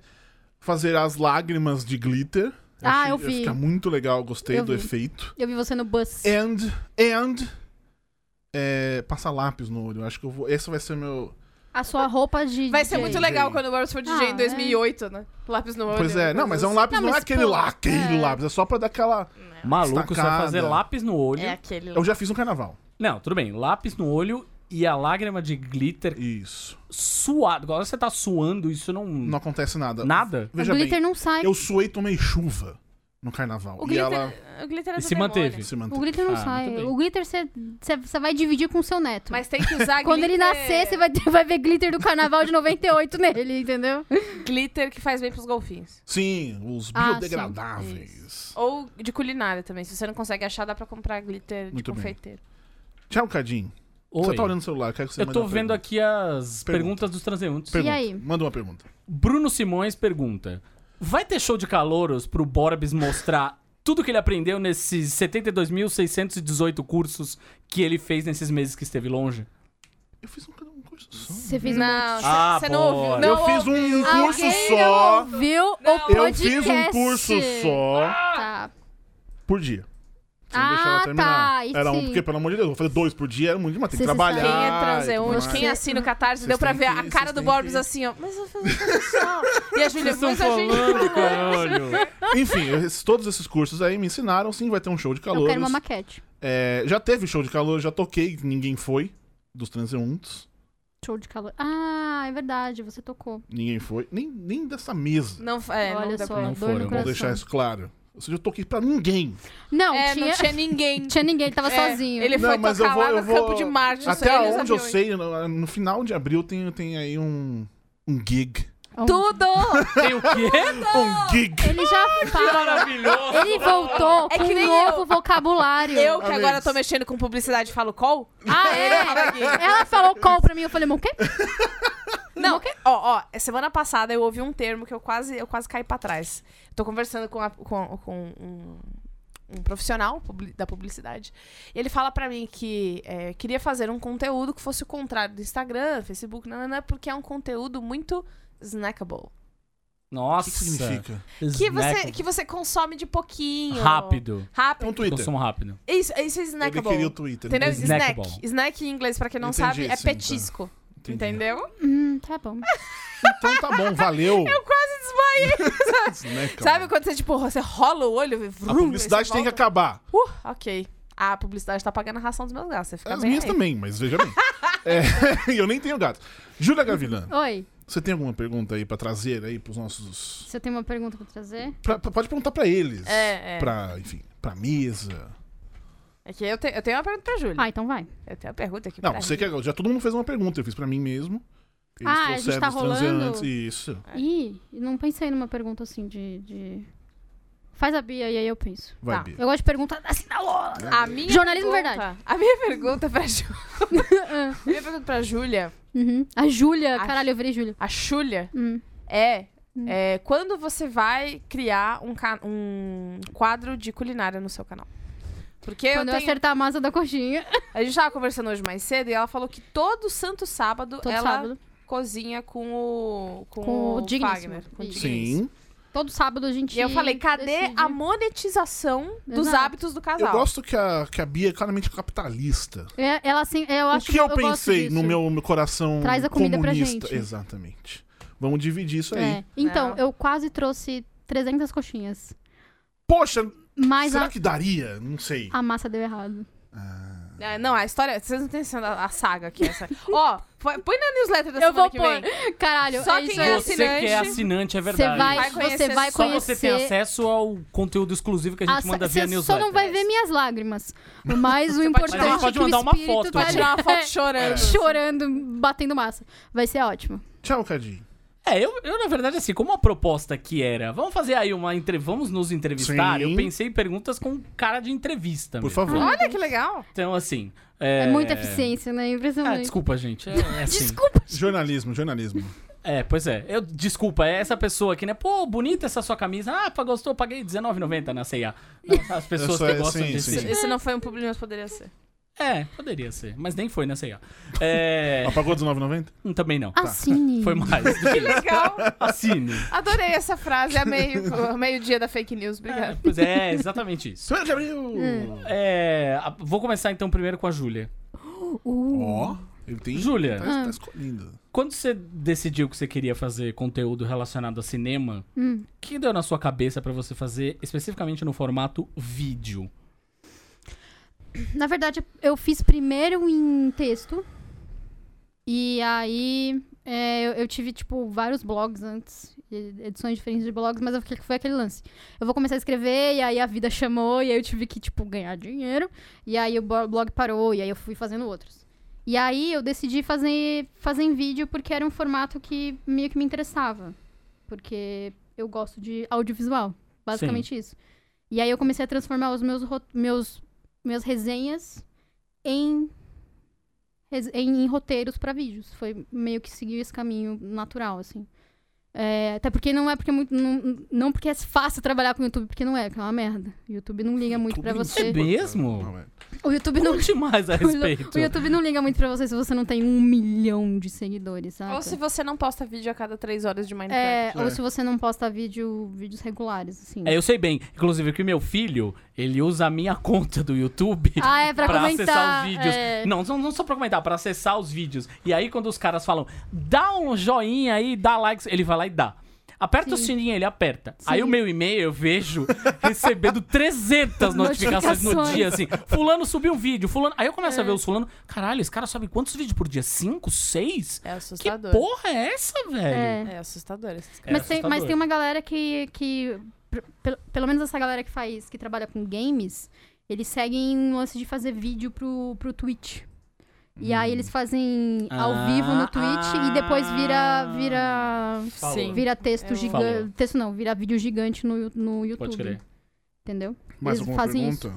fazer as lágrimas de glitter.
Ah,
achei-
eu vi.
Fica muito legal, gostei
Eu
do
vi.
efeito.
Eu vi você no bus.
And, and... É, passar lápis no olho. Acho que eu vou... Esse vai ser meu...
A sua roupa de.
Vai ser muito
DJ.
legal quando o Boris for DJ
Ah,
em 2008, né? Lápis no olho.
Pois é, não, mas é um lápis,
Não,
não, é
mas,
aquele
pô,
lá, aquele
é.
lápis. É só pra dar aquela...
Maluco, você vai
Estacada.
fazer lápis no olho.
É aquele lá.
Eu já fiz um carnaval.
Não, tudo bem. Lápis no olho e a lágrima de glitter
Isso.
suado. Agora você tá suando, isso não.
Não acontece nada.
Nada?
O
Veja
glitter
bem,
não é sai.
eu suei e tomei chuva no carnaval.
O
E
glitter,
ela
o glitter é
E
do
se
demônio.
manteve.
se manteve.
O glitter não
Ah, muito
sai.
bem.
O glitter você- você você vai dividir com o seu neto.
Mas tem que usar
Quando ele
glitter-
nascer, você vai, ter- vai ver glitter do carnaval de 98 nele, entendeu?
Glitter que faz bem pros golfinhos.
Sim, os
Ah, sim.
biodegradáveis.
Ou de culinária também. Se você não consegue achar, dá pra comprar glitter tipo, de
Muito bem.
confeiteiro.
Tchau, Cadinho. Você
Oi.
tá olhando o celular, eu quero que você
Eu
mande
tô
uma
vendo
pergunta.
aqui as
Pergunta.
perguntas dos transeuntes.
E aí?
Manda uma pergunta.
Bruno Simões pergunta: Vai ter show de calouros pro Borbs mostrar tudo que ele aprendeu nesses 72.618 cursos que ele fez nesses meses que esteve longe?
Eu fiz um, um curso só.
Você fez
Não,
um.
Ah,
você não ouviu.
boa.
Não
eu fiz um curso
Alguém
só.
não ouviu o
Não.
Eu
podcast.
fiz um curso só
Tá.
por dia. Você não deixava
Ah,
terminar.
tá. E
Era um,
sim.
porque, pelo amor de Deus, eu vou fazer dois por dia, era muito, mas tem que
Você se
trabalhar.
Quem é
um
e tudo
transeunte,
mais.
quem assina o Catarse, deu pra ver
têm
a cara
que- vocês
do
têm
Borbs
que-
assim, ó. Mas eu fiz um curso só. E a Júlia, mas a gente...
caralho.
Enfim, esses- todos esses cursos aí me ensinaram, sim, vai ter um show de
Eu
calor.
quero uma maquete.
já teve show de calor, já toquei, ninguém foi. Dos transeuntes,
Show de calor. Ah, é verdade, você tocou.
ninguém foi. Nem, nem dessa mesa.
Não, é, não
Olha
deu
só,
pra-
dor
não foram,
no
vamos
Vamos
coração.
deixar isso claro. Ou seja, eu toquei pra ninguém.
Não,
É,
tinha...
não tinha ninguém.
tinha ninguém, ele tava
É,
sozinho.
Ele
Não,
foi
mas
tocar
eu vou-
lá no
eu vou-
Campo de Marte.
Até
só eles
onde eu
sabiam.
sei, no, no final de abril tem, tem aí um, um gig.
Onde?
Tudo!
Tem o quê?
Um gig!
Ele já fala. né?
Maravilhoso.
Ele voltou
É
com
que nem
um novo vocabulário.
Eu que
Amigos.
agora tô mexendo com publicidade falo call?
Ah, é? Ela falou call pra mim, eu falei, mas o quê?
Não, ó, ó, semana passada eu ouvi um termo que eu quase, eu quase caí pra trás. Tô conversando com, a- com- com um, um profissional publi- da publicidade. E ele fala pra mim que é, queria fazer um conteúdo que fosse o contrário do Instagram, Facebook, nananã, porque é um conteúdo muito snackable.
O
Nossa.
que, que significa?
Que você, que você consome de pouquinho.
Rápido.
É
Rápido.
um Twitter.
Consumo rápido.
Isso, isso é
Eu
snackable.
adquiri o Twitter. né?
Entendeu?
Snackable.
Snack. Snack em inglês, pra quem não
Entendi,
sabe, é
sim, tá.
petisco.
Entendi.
Entendeu?
Hum, tá bom.
Então tá bom, valeu.
Eu quase desmaiei.
Snackable.
Sabe quando você, tipo, você rola o olho e
A
vrum,
publicidade tem que acabar.
acabar. Uh, ok. Ah, A publicidade tá pagando a ração dos
Ah,
meus gatos. Você fica
As
bem
minhas
aí.
também, mas veja bem. É, E eu nem tenho gato. Júlia Gavilã,
Oi.
Você tem alguma pergunta aí pra trazer aí pros nossos.
Você tem uma pergunta pra trazer?
pra- pra- pode perguntar pra eles.
É, é.
Pra, enfim, pra mesa.
É que eu, te- eu tenho uma pergunta pra Júlia.
Ah, então vai.
Eu tenho uma pergunta aqui
Não,
pra
você que já todo mundo fez uma pergunta, eu fiz pra mim mesmo.
Ah, a gente tá rolando?
Isso.
É.
Ih, não pensei numa pergunta assim de. de- Faz a Bia e aí eu penso.
Vai,
Tá.
Bia.
Eu gosto de pergunta assim na hora.
A minha
Jornalismo
pergunta,
verdade.
A minha pergunta pra Ju... A minha pergunta pra Júlia,
Uhum. A Júlia,
Acho-
caralho, eu virei Júlia.
a Júlia,
Hum.
é, é quando você vai criar um, ca- um quadro de culinária no seu canal. Porque eu
Quando eu,
tenho...
acertar a massa da coxinha,
a gente tava conversando hoje mais cedo e ela falou que todo santo sábado
todo
ela
sábado.
cozinha com o com,
Com o digníssimo.
Fagner, com o
Isso.
digníssimo.
Sim.
Todo sábado a gente.
E eu falei, cadê
decide.
a monetização dos
Exato.
hábitos do
Eu
casal?
gosto que a, que a Bia é claramente capitalista.
É, ela assim, eu
O
acho
que eu,
gosto
pensei no
disso.
meu, meu coração
Traz a comida pra
comunista.
gente.
Exatamente. Vamos dividir isso aí.
É. Então,
Não.
eu quase trouxe 300 coxinhas.
Poxa,
Mas
será
a,
que daria? Não sei.
a massa deu errado.
Ah, Não, a história. Vocês não têm noção da- a saga aqui. Essa. Ó, põe- põe na newsletter da
Eu
semana
vou
que vem.
pôr. Caralho,
Só
é
quem
isso
é
aí.
Você que é
assinante-
assinante, é
Você
verdade.
vai,
Vai conhecer
você vai
só
Só você
conhecer.
tem acesso ao conteúdo exclusivo que a gente
Aça-
manda via
Você
newsletter.
só não vai ver minhas lágrimas. Mas o
pode
importante
tirar-
é
Mas
pode
que
mandar
o
uma
espírito
foto,
tá
Pra
né?
ali,
tirar uma foto
é,
chorando.
chorando, batendo massa. Vai ser ótimo.
Tchau, Cadinho.
É, eu, eu, na verdade, assim, como a proposta que era, vamos fazer aí uma entrevista, vamos nos entrevistar,
Sim.
eu pensei em perguntas com cara de entrevista.
Por
mesmo.
favor.
Olha que legal.
Então, assim.
É,
É,
muita eficiência, né?
Ah,
Impressionante.
desculpa, gente. É, é assim.
Desculpa.
Jornalismo, jornalismo.
É, pois é. Eu, desculpa, é essa pessoa aqui, né? Pô, bonita essa sua camisa. Ah, pá, gostou? Paguei R$19,90 na C&A. Não, As pessoas
Essa
que
é-
gostam
sim,
desse...
sim.
Esse não foi um público, mas poderia ser.
É, poderia ser. Mas nem foi na C&A. É,
Apagou 19,90?
hum, também não.
Assine.
Foi mais. do que
Que
isso.
legal.
Assine.
Adorei essa frase. Amei o meio-dia da fake news.
É,
Obrigada.
pois é, exatamente isso.
1 de abril!
É, a- vou começar então primeiro com a Júlia.
Uh, Ah.
Ó, ele tem.
Júlia.
Tá, tá escolhendo.
Quando você decidiu que você queria fazer conteúdo relacionado a cinema, o
hum.
que deu na sua cabeça pra você fazer especificamente no formato vídeo?
Na verdade, eu fiz primeiro em texto. E aí é, eu, eu tive, tipo, vários blogs antes. e- Edições diferentes de blogs, mas eu fiquei que foi aquele lance. Eu vou começar a escrever, e aí a vida chamou, e aí eu tive que, tipo, ganhar dinheiro. E aí o bo- blog parou, e aí eu fui fazendo outros. E aí eu decidi fazer, fazer em vídeo porque era um formato que meio que me interessava. Porque eu gosto de audiovisual. Basicamente isso. E aí eu comecei a transformar os meus, ro- meus, meus resenhas em, res- em, em roteiros pra vídeos. Foi meio que seguir esse caminho natural, assim. É, até porque não é porque é muito. Não, não porque é fácil trabalhar com o YouTube, porque não é, que é uma merda. O YouTube não liga muito pra
YouTube
você.
É mesmo?
Não, é.
O YouTube não
Conte mais a
o Lu-
respeito.
O YouTube não liga muito pra você se você não tem um milhão de seguidores, sabe?
Ou se você não posta vídeo a cada três horas de Minecraft.
é, ou se você não posta vídeo, vídeos regulares, assim.
É, eu sei bem. Inclusive que meu filho, ele usa a minha conta do YouTube
Ah, é pra,
acessar
comentar.
os vídeos.
é.
Não, não, não só pra comentar, pra acessar os vídeos. E aí quando os caras falam, dá um joinha aí, dá likes, ele vai lá e dá. Aperta o
Sim.
sininho, ele aperta. Aí
Sim.
o meu e-mail eu vejo recebendo 300 notificações no
Notificações. É.
dia, assim. Fulano subiu um vídeo, fulano... Aí eu começo a ver os fulano, caralho, esse cara sobe quantos vídeos por dia? Cinco? Seis?
É
Que
assustador.
porra é essa, velho?
É.
É assustador esses
É
caras.
Mas, tem, mas
assustador.
tem uma galera que. que pr- pelo, pelo menos essa galera que faz, que trabalha com games, eles seguem um lance de fazer vídeo pro, pro Twitch. E aí eles fazem ao
Hum. Ah,
vivo no Twitch e depois vira. vira.
Sim.
Vira texto
Eu-
Falou.
gigante. Texto não, vira vídeo gigante no, no YouTube.
Pode crer.
Entendeu?
Mais
Eles
alguma
fazem
pergunta?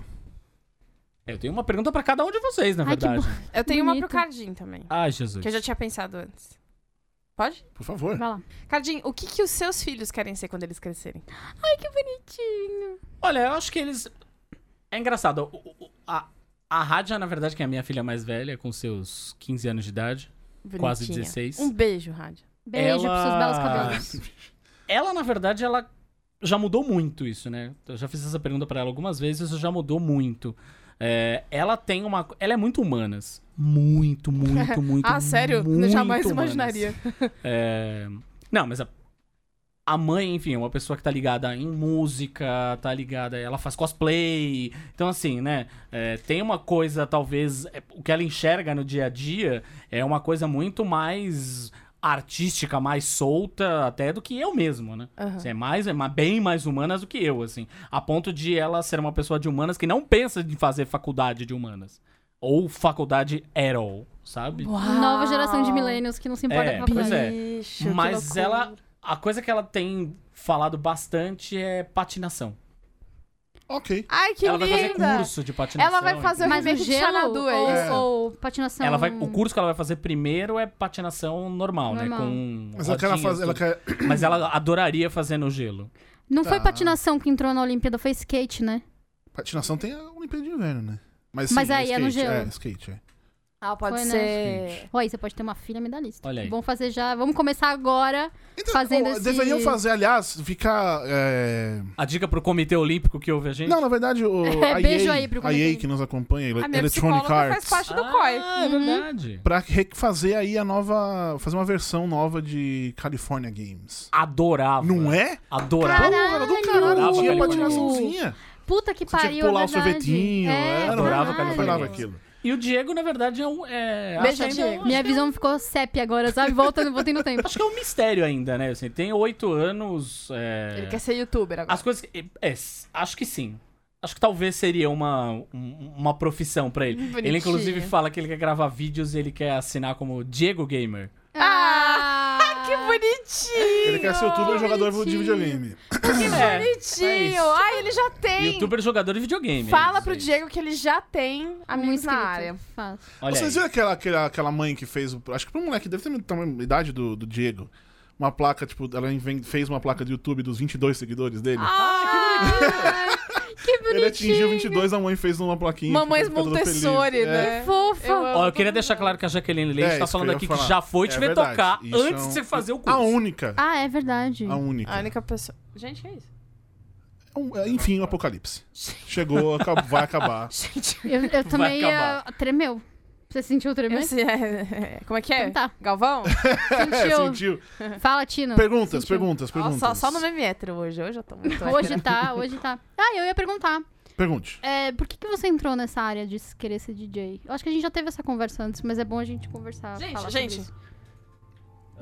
Eu tenho uma pergunta pra cada um de vocês, na
Ai, que
verdade.
Eu tenho uma pro
Bonito.
Cardim também.
Ai, Jesus.
Que eu já tinha pensado antes. Pode?
Por favor.
Vai lá.
Cardim, o que, que os seus filhos querem ser quando eles crescerem?
Ai, que bonitinho.
Olha, eu acho que eles. É engraçado. o- o- o- a, a Rádia, na verdade, que é a minha filha mais velha, com seus 15 anos de idade, quase
Bonitinha.
16.
Um beijo, Rádio.
Beijo
Ela-
pros seus belos cabelos.
Ela, na verdade, ela já mudou muito isso, né? Eu já fiz essa pergunta pra ela algumas vezes, isso já mudou muito. É, ela tem uma. Ela é muito humanas. Muito, muito, muito.
ah, sério?
Muito
Eu jamais
humanas.
imaginaria.
É, Não, mas a, a mãe, enfim, é uma pessoa que tá ligada em música, tá ligada. Ela faz cosplay. Então, assim, né? é, tem uma coisa, talvez. é, o que ela enxerga no dia a dia é uma coisa muito mais artística, mais solta até do que eu mesmo, né?
Aham.
Você é mais, é ma- bem mais humanas do que eu, assim. A ponto de ela ser uma pessoa de humanas que não pensa em fazer faculdade de humanas. Ou faculdade at all, sabe?
Nova geração de millennials que não se importa
Ah. É,
com a
pois
faculdade.
é.
Bicho, que
Mas
loucura.
ela. A coisa que ela tem falado bastante é patinação.
Ok.
Ai, que
ela
linda!
vai fazer curso de patinação.
Ela vai fazer um o
Mas o
remake de
gelo
Xanadu,
ou,
é isso?
ou patinação...
Ela vai, o curso que ela vai fazer primeiro é patinação normal, né?
Normal.
Com
Mas ela quer,
rodinhas,
fazer, ela
tudo.
quer
Mas ela adoraria fazer no gelo.
Não foi
Tá.
patinação que entrou na Olimpíada, foi skate, né?
Patinação tem a Olimpíada de Inverno, né? Mas,
Mas
sim,
aí é no
skate,
gelo.
É, skate, é.
Ah, pode
Foi, né?
ser.
Gente.
Oi, você pode ter uma filha medalhista.
Olha aí.
Vamos fazer já... Vamos começar agora.
Então,
Fazendo
ó,
esse-
Deveriam fazer, aliás, ficar... é,
A dica pro Comitê Olímpico que ouve a gente?
Não, na verdade, o, a,
beijo
EA,
aí pro
a EA
Comitê.
que nos acompanha,
A minha
Electronic
psicóloga
Arts,
faz parte do COI.
Ah, é verdade.
pra refazer aí a nova... Fazer uma versão nova de California Games.
Adorava.
Não é?
Adorava.
Porra,
Caralho!
era do caralho, tinha
Adorava
patinaçãozinha.
Puta que
Você tinha que
pariu, é
pular o
verdade.
sorvetinho.
É,
era,
adorava
eu
verdade.
adorava aquilo.
E o Diego, na verdade, é um. É,
Beijo,
acho que
Diego.
ainda-
Minha visão ficou CEP agora, sabe? Voltando, voltei no tempo.
Acho que é um mistério ainda, né? Assim, tem oito anos. é,
Ele quer ser youtuber agora.
As coisas. que- É, s- acho que sim. Acho que talvez seria uma, um- uma profissão pra ele.
Bonitinho.
Ele, inclusive, fala que ele quer gravar vídeos e ele quer assinar como Diego Gamer.
Ah, que
é
bonitinho!
Ele quer ser youtuber e jogador de videogame.
Que
Bonitinho! Ai, ele já tem!
É, Youtuber jogador de videogame. é
Fala
isso
pro
aí.
Diego que ele já tem
Um
amigos na
inscrito.
área.
Fácil.
Olha
Vocês
aí.
viram aquela, aquela, aquela mãe que fez. o- Acho que pra um moleque, deve ter a mesma idade do, do Diego. Uma placa, tipo, ela inven- fez uma placa do YouTube dos 22 seguidores dele.
Ah,
Que
ele
bonitinho.
atingiu 22, a mãe fez uma plaquinha.
Mamães
ficou toda feliz.
Montessori,
É.
né?
Fofa.
Eu amo.
Ó, eu queria deixar claro que a Jaqueline Leite
É,
tá
isso
falando
que eu ia
aqui que
falar.
já foi
É
te ver
verdade.
tocar
Isso é
antes
um-
de você fazer o curso.
A única.
Ah, é verdade.
A única.
A única pessoa. Gente, é isso.
É um- é, enfim, o apocalipse. Chegou, acab- vai acabar.
Gente,
Eu, eu também ia...
acabar.
Tremeu. Você sentiu tremer?
esse é- é- como é que é?
Então tá.
Galvão?
É,
Sentiu.
sentiu.
Fala, Tino.
Perguntas,
Sentiu.
perguntas,
Ó,
perguntas.
só, só no meme hétero hoje. Hoje eu tô muito hétero.
Hoje tá, hoje tá. Ah, eu ia perguntar.
Pergunte.
é, por que, que você entrou nessa área de querer ser DJ? Eu acho que a gente já teve essa conversa antes, mas é bom a gente conversar.
Gente,
falar sobre
gente.
isso.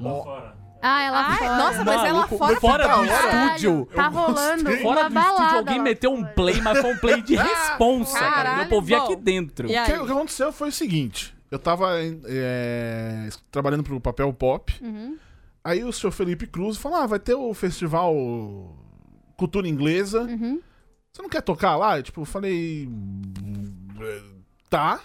Ó,
Ah, ela
Ai,
fora.
nossa, mas ela
Maluco,
fora.
Fora do
Caralho,
estúdio.
Tá rolando
Fora do
uma
estúdio,
balada.
alguém
lá
meteu um
fora.
play, mas foi um play de responsa, cara.
Ah, caralho,
Deu pra ouvir
bom.
aqui dentro.
E é
O
aí?
que, é o que aconteceu foi o seguinte: eu tava em- é, trabalhando pro papel pop.
Uhum.
Aí o senhor Felipe Cruz falou: Ah, vai ter o festival Cultura Inglesa.
Uhum.
Você não quer tocar lá? Eu, tipo, falei. "Hum, é, Tá.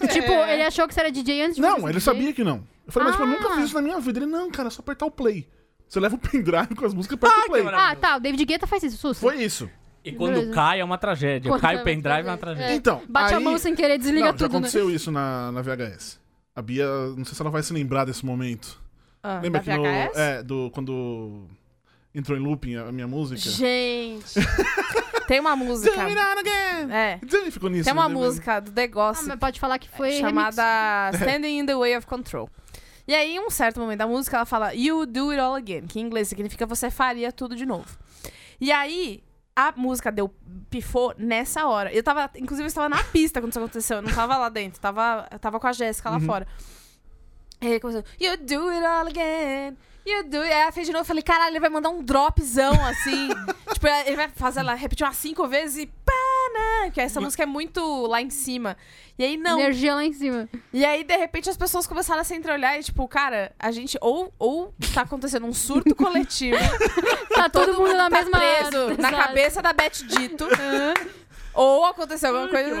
É.
Tipo, ele achou que você era DJ antes de Tipo, você
Não,
ser
ele
DJ.
sabia que não. Eu falei, mas tipo, eu
Ah.
nunca fiz isso na minha vida. Ele, não, cara, é só apertar o play. Você leva o pendrive com as músicas e aperta o play.
Ah, tá. O David Guetta faz isso, Sussa.
Foi isso.
E quando cai é uma tragédia.
Quando
Cai
é
o
uma
pendrive é uma
tragédia.
tragédia.
É.
Então.
Bate
aí...
a mão sem querer, desliga
não, já
tudo, né?
aconteceu isso na, na VHS. A Bia, não sei se ela vai se lembrar desse momento.
Ah,
Lembra
da
que no.
VHS?
É, do. Quando entrou em looping a a minha música?
Gente. Tem uma música.
Do it all again!
É.
Ele ficou nisso.
Tem uma
né?
música do The
Ah,
Gossip
mas pode falar que foi
chamada Standing in the Way of Control. E aí, em um certo momento da música, ela fala You do it all again, que em inglês significa você faria tudo de novo. E aí, a música deu pifou nessa hora. Eu tava, inclusive, eu estava na pista quando isso aconteceu, eu não tava lá dentro, eu tava, eu tava com a Jéssica lá fora. E aí começou, You do it all again. You do it. Aí ela fez de novo, eu falei, caralho, ele vai mandar um dropzão assim. tipo, ele vai fazer ela repetir umas cinco vezes e. pá, né? Porque essa música é muito lá em cima. E aí, não,
Energia lá em cima.
e aí, de repente, as pessoas começaram a se entreolhar e, tipo, cara, a gente ou, ou tá acontecendo um surto coletivo,
Tá todo, mundo na
tá
mesma
preso na
Exato.
cabeça da Beth Dito. Ou aconteceu alguma
Ai, que
coisa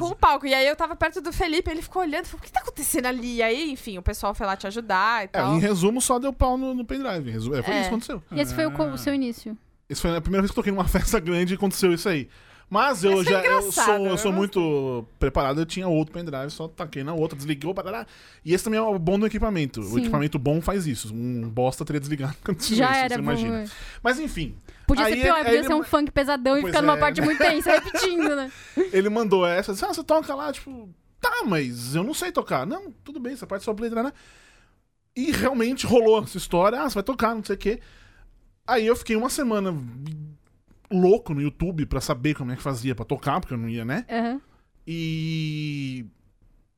com, com o palco. E aí eu tava perto do Felipe, ele ficou olhando, falou, o que tá acontecendo ali? E aí, enfim, o pessoal foi lá te ajudar e
É,
tal.
em resumo, só deu pau no, no pendrive. Em resumo, é, foi
É.
isso que aconteceu.
E esse foi o, co- o seu início.
Isso foi a primeira vez que eu toquei numa festa grande e aconteceu isso aí. Mas eu
Mas foi
já eu
engraçado,
sou, um, eu
eu gostei.
sou muito preparado, eu tinha outro pendrive, só taquei na outra, desligou, barará. E esse também é o bom do equipamento. O
Sim.
equipamento bom faz isso. Um bosta teria desligado quando tinha
Já
isso,
era,
você
bom.
imagina.
é.
Mas enfim,
Podia
Aí
ser pior,
ele- aí
podia
ele-
ser um funk pesadão e
Pois
ficar numa
é,
parte
né?
muito tensa, repetindo, né?
ele mandou essa, disse, ah, você toca lá, tipo, tá, mas eu não sei tocar. Não, tudo bem, essa parte só play, né? E realmente rolou essa história, ah, você vai tocar, não sei o quê. Aí eu fiquei uma semana louco no YouTube pra saber como é que fazia pra tocar, porque eu não ia, né?
Aham.
E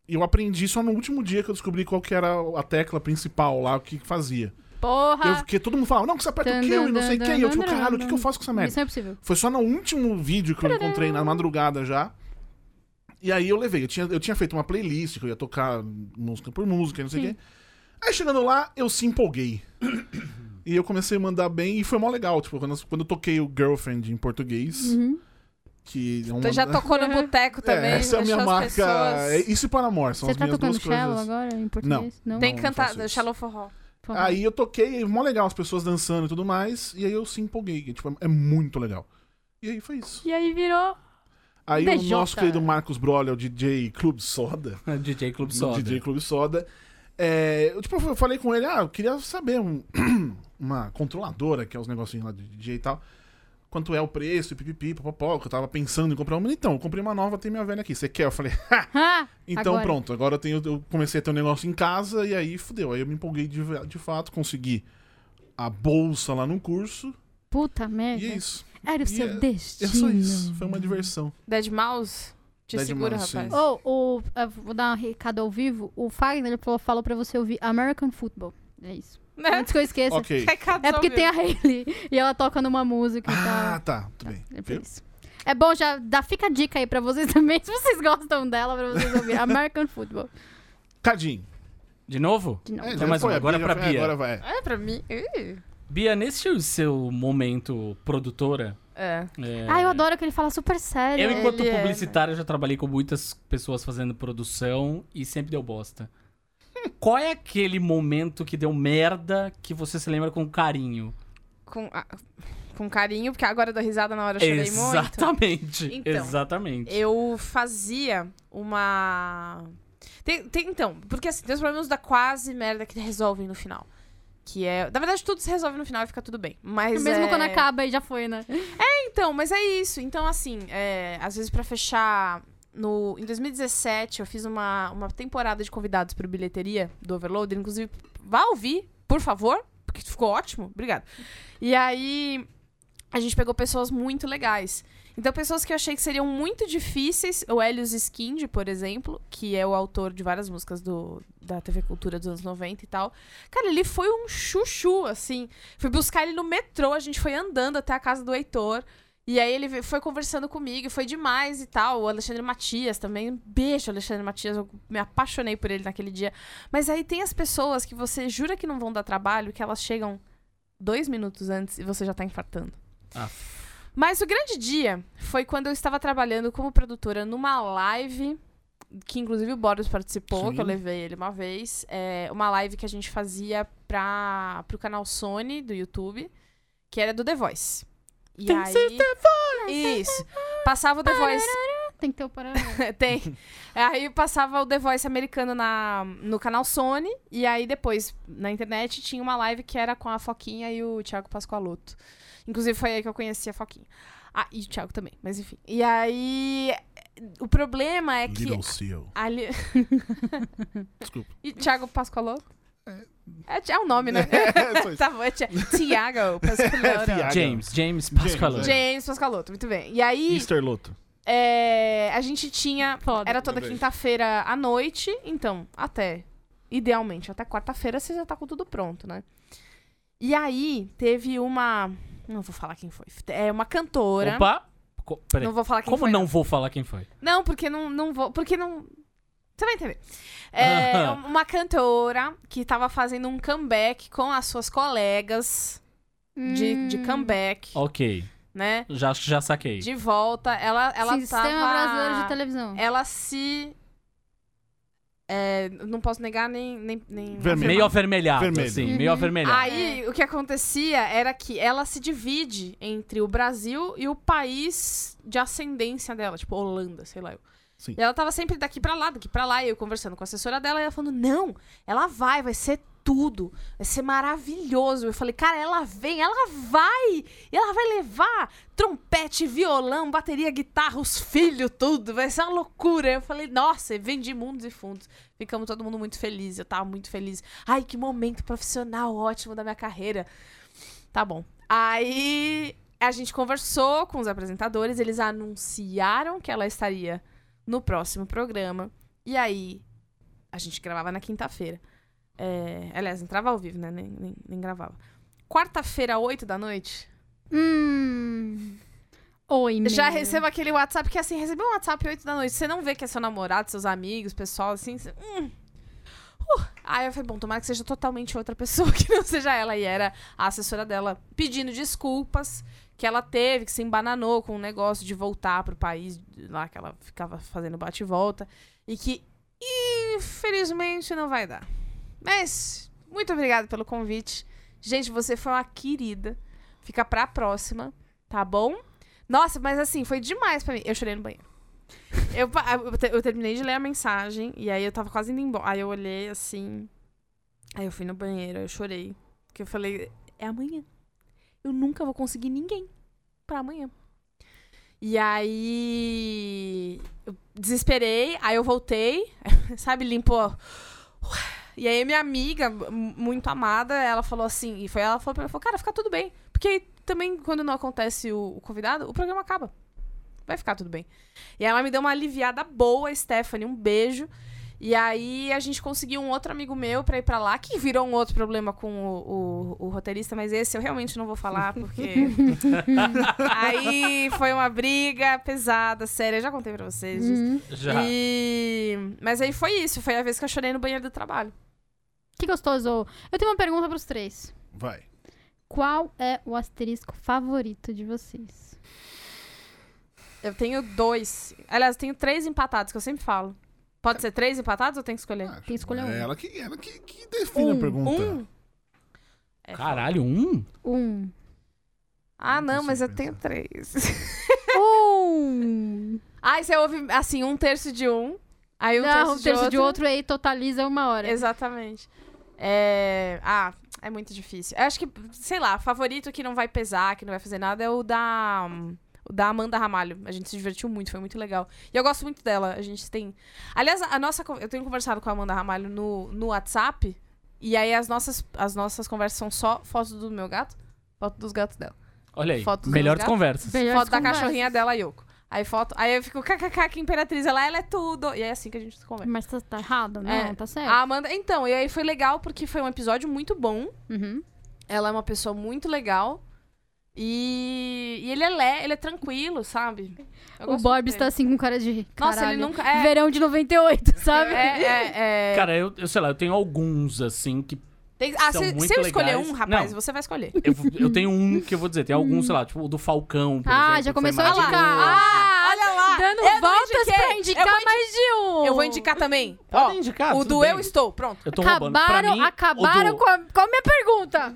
E eu aprendi só no último dia que eu descobri qual que era a tecla principal lá, o que que fazia. Eu
Porra!
fiquei, todo mundo falava, não, que você aperta o kill e não sei o que. E eu tipo, caralho, o que, que eu faço com essa merda?
Isso não é possível.
Foi só no último vídeo que eu encontrei na madrugada já. E aí eu levei. Eu tinha, eu tinha feito uma playlist que eu ia tocar música por música, não sei o quê. Aí chegando lá, eu se empolguei. e eu comecei a mandar bem e foi mó legal. Tipo, quando, eu- quando eu toquei o Girlfriend em português.
Uhum.
Que é uma-
Tu Uhum. Então, já tocou no boteco também.
é, essa é a minha
deixou as
marca.
pessoas-
é Isso e Paramore são
Você
as
tá
minhas duas
tocando cello
coisas.
agora em português? Não.
Tem
Não,
que
não
cantar
faço isso.
Shallow Forró.
Por favor.
Aí eu toquei, é mó legal, as pessoas dançando e tudo mais. E aí eu se empolguei. que, Tipo, é- é muito legal. E aí foi isso.
E aí virou.
Aí o
DJ,
nosso
cara.
querido Marcos Broller, o DJ Clube Soda.
É.
DJ Clube
do
Soda.
DJ Clube Soda. É, eu, tipo, eu falei com ele, ah, eu queria saber um- uma controladora, que é os negocinhos lá de DJ e tal. Quanto é o preço, e pipipi, popopó, que eu tava pensando em comprar uma. Então, eu comprei uma nova, tem minha velha aqui. Você quer? Eu falei, ha!
Ah,
Então
agora.
pronto, agora eu, tenho- eu comecei a ter um negócio em casa e aí fudeu. Aí eu me empolguei de, ve- de fato, consegui a bolsa lá no curso.
Puta merda.
E é isso.
Era o seu
é- É
destino.
só isso. Foi uma diversão.
Dead Mouse? Te
Dead
segura,
Mouse,
rapaz.
sim.
Ou, o- eu vou dar um recado ao vivo. O Fagner falou, falou pra você ouvir American Football. É isso.
Né?
Antes que eu esqueça.
Ok.
Recados
É porque
ao
tem a Hailey e ela toca numa música e
Ah,
tal.
tá. Tudo bem.
É por isso. É bom, já dá, fica a dica aí pra vocês também, se vocês gostam dela, pra vocês ouvirem. American Football.
Cadinho.
De novo?
De novo.
É,
Tem
já
mais
foi,
uma,
a
agora
já
pra
foi,
Bia.
Agora vai.
vivo. É, pra mim. Ih.
Bia, nesse seu momento produtora.
É.
é,
Ah, eu adoro que ele fala super sério.
Eu, enquanto
Ele é,
publicitário, já trabalhei com muitas pessoas fazendo produção e sempre deu bosta. Qual é aquele momento que deu merda que você se lembra com carinho?
Com, ah, com carinho, porque agora eu dou risada na hora, eu chorei muito.
exatamente.
Então.
Exatamente.
Eu fazia uma. Tem, tem- então, porque assim, tem os problemas da quase merda que resolvem no final. Que é. Na verdade, tudo se resolve no final e fica tudo bem. Mas.
Mesmo
é...
quando acaba e já foi, né?
Então, mas é isso. Então, assim, é, às vezes pra fechar. No, em 2017, eu fiz uma, uma temporada de convidados pro bilheteria do Overloader. Inclusive, vá ouvir, por favor, porque ficou ótimo. Obrigada. E aí, a gente pegou pessoas muito legais. Então, pessoas que eu achei que seriam muito difíceis, o Helios Skind, por exemplo, que é o autor de várias músicas do, da TV Cultura dos anos 90 e tal. Cara, ele foi um chuchu, assim. Fui buscar ele no metrô, a gente foi andando até a casa do Heitor. E aí ele ve- foi conversando comigo, e foi demais e tal. O Alexandre Matias também. Um beijo, Alexandre Matias. Eu me apaixonei por ele naquele dia. Mas aí tem as pessoas que você jura que não vão dar trabalho, que elas chegam dois minutos antes e você já tá infartando.
Ah.
Mas o grande dia foi quando eu estava trabalhando como produtora numa live, que inclusive o Boros participou,
Sim.
que eu levei ele uma vez. É, uma live que a gente fazia para pro canal Sony do YouTube, que era do The Voice. E
Tem que
aí...
ser
Isso. Passava o The Voice.
Tem que ter o paralelo.
Tem. Aí passava o The Voice americano na, no canal Sony. E aí depois, na internet, tinha uma live que era com a Foquinha e o Thiago Pascoaloto. Inclusive foi aí que eu conheci a Foquinha. Ah, e o Thiago também, mas enfim. E aí. O problema é que.
Little Seal.
Ali...
Desculpa.
E Thiago Pascoaloto? É, é o nome, né?
É, só isso.
tá bom, é Thi- Thiago Pascoaloto.
Thiago.
James, James Pascoaloto.
James Pascoaloto, muito bem. E aí.
Easter Loto.
É, a gente tinha. Era toda
Lembrei.
quinta-feira à noite, então, até. Idealmente, até quarta-feira você já tá com tudo pronto, né? E aí, teve uma. Não vou falar quem foi. É uma cantora.
Opa! Co- peraí.
Não vou falar quem
Como
foi.
não vou falar quem foi?
Não, Não, porque não, não vou. Porque não. Você vai entender. É
Aham.
uma cantora que tava fazendo um comeback com as suas colegas de, de
Hum.
comeback,
Ok.
né?
Já, acho que já saquei.
De volta. Ela, ela
Sistema
tava.
brasileiro de televisão.
ela se. É, não posso negar nem. nem, nem
Vermelho.
Meio avermelhado,
Vermelho.
assim.
Uhum.
Meio avermelhado.
Aí o que acontecia era que ela se divide entre o Brasil e o país de ascendência dela, tipo Holanda, sei lá eu.
Sim.
E ela tava sempre daqui pra lá, daqui pra lá, e eu conversando com a assessora dela, e ela falando: não, ela vai, vai ser tudo, vai ser maravilhoso. Eu falei, cara, ela vem, ela vai, e ela vai levar trompete, violão, bateria, guitarra, os filhos, tudo, vai ser uma loucura. Eu falei, nossa, e vendi mundos e fundos. Ficamos todo mundo muito feliz, eu tava muito feliz. Ai, que momento profissional ótimo da minha carreira. Tá bom. Aí a gente conversou com os apresentadores, eles anunciaram que ela estaria no próximo programa. E aí A gente gravava na quinta-feira. É, aliás, entrava ao vivo, né? Nem, nem, nem gravava. Quarta-feira, 8 da noite,
Hum. Oi, meu.
já recebo aquele WhatsApp que assim, recebeu um WhatsApp 8 da noite, você não vê que é seu namorado, seus amigos, pessoal, assim. Você, hum. Uh. Aí eu falei, bom, tomara que seja totalmente outra pessoa que não seja ela. E era a assessora dela pedindo desculpas que ela teve, que se embananou com o negócio de voltar pro país lá que ela ficava fazendo bate e volta. E que, infelizmente, não vai dar. Mas, muito obrigada pelo convite. Gente, você foi uma querida. Fica pra próxima, tá bom? Nossa, mas assim, foi demais pra mim. Eu chorei no banheiro. Eu, pa- eu, te- eu terminei de ler a mensagem e aí eu tava quase indo embora. Aí eu olhei assim. Aí eu fui no banheiro, aí eu chorei. Porque eu falei, é amanhã. Eu nunca vou conseguir ninguém pra amanhã. E aí. Eu desesperei, aí eu voltei, sabe, limpou. E aí minha amiga, m- muito amada, ela falou assim, e foi ela que falou pra mim, ela falou, cara, fica tudo bem. Porque também quando não acontece o, o convidado, o programa acaba. Vai ficar tudo bem. E ela me deu uma aliviada boa, Stephanie, um beijo. E aí a gente conseguiu um outro amigo meu pra ir pra lá, que virou um outro problema com o, o- o roteirista, mas esse eu realmente não vou falar, porque. aí foi uma briga pesada, séria, eu já contei pra
Hum.
vocês.
Uhum.
disso.
Já.
é. E... Mas aí foi isso, foi a vez que eu chorei no banheiro do trabalho.
Que gostoso. Eu tenho uma pergunta pros três.
Vai.
Qual é o asterisco favorito de vocês?
Eu tenho dois. Aliás, eu tenho três empatados, que eu sempre falo. Pode ser três empatados ou tem que escolher?
Ah,
que escolher
é
um.
Ela que, ela que, que define a
Um.
pergunta.
Um? É,
Caralho, um?
Um.
Ah,
Não
não, mas eu
consigo
tenho três.
Um.
ah, e você ouve, assim, um terço de um, aí um
Não,
terço, de, outro.
de outro aí totaliza uma hora.
Exatamente. É... Ah, é muito difícil. Eu acho que, sei lá, favorito que não vai pesar, que não vai fazer nada, é o da... O da Amanda Ramalho. A gente se divertiu muito, foi muito legal. E eu gosto muito dela. A gente tem... Aliás, a nossa... con- Eu tenho conversado com a Amanda Ramalho no, no WhatsApp, e aí as nossas, as nossas conversas são só fotos do meu gato, foto dos gatos dela.
Olha aí.
Fotos do
melhores
lugar.
conversas.
Melhores
foto da
conversas.
cachorrinha dela, Yoko. Aí foto... Aí eu fico, kkk, que imperatriz. Ela, ela é tudo. E é assim que a gente se conversa.
Mas tá, tá errado, não,
É.
tá certo.
A Amanda... Então, e aí foi legal porque foi um episódio muito bom.
Uhum.
Ela é uma pessoa muito legal. E, e ele é le, ele é tranquilo, sabe? Eu
O
gosto
Bob
dele.
está assim com cara de.
Nossa,
caralho.
ele nunca. É,
Verão de 98, sabe?
é, é, é.
Cara, eu, eu sei lá, eu tenho alguns, assim, que
Tem- ah,
são
se,
muito
se eu escolher
legais.
um, rapaz,
Não.
você vai escolher.
Eu, eu tenho um que eu vou dizer, tem alguns, sei lá, tipo o do Falcão, por
Ah,
exemplo,
já
que foi
começou a
Olha lá,
indicar.
maravilhoso.
ah, olha lá.
Dando
Eu não
voltas
indiquei.
pra indicar
Eu vou indi-
mais de um.
Eu vou indicar também.
Pode
Ó,
indicar,
o
tá tudo
do
bem.
Eu Estou, pronto.
Eu tô roubando. Pra
acabaram
mim,
acabaram
o do,
com, a, com a minha
Tá
pergunta.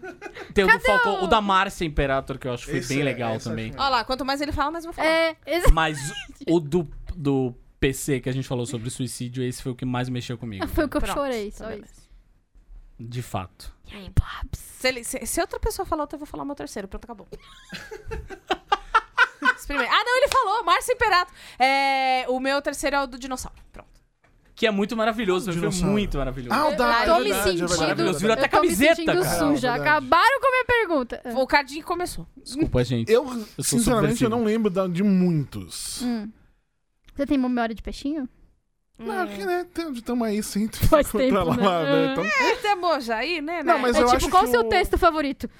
tem o do
cadê
Falcão,
o-
o da Márcia Imperator, que eu acho que foi
Esse
bem
é,
legal
esse eu
também.
acho
Olha lá, quanto mais ele fala, mais eu vou falar.
É, ex-
Mas o do, do PC que a gente falou sobre suicídio, esse foi o que mais mexeu comigo.
Ah, foi o que eu
Pronto,
chorei,
tá
só
beleza.
isso.
De fato.
Se, ele- se- se outra pessoa falar outra, eu vou falar meu terceiro. Pronto, acabou. Experimenta. Ah, não, ele falou. Márcio Imperato. É, o meu terceiro é o do dinossauro. Pronto.
Que é muito maravilhoso, foi
Dinossauro.
muito maravilhoso.
Ah, o da
Eu
tô
é verdade, é
me
verdade,
sentindo-
é verdade.
Maravilhoso, virou até
eu tô me
camiseta,
sentindo
cara.
suja.
Verdade.
Acabaram com a minha pergunta.
O Cardinho começou.
Desculpa, gente.
Eu,
sou
sinceramente,
subversivo.
eu não lembro da- de muitos.
Hum. Você tem memória de peixinho?
Não, que né? Estamos aí sim.
Faz tempo,
lá,
né?
né? Então,
Até moja aí, né?
Não,
né?
mas
é
eu
tipo,
acho
qual
que
o seu
o-
texto favorito?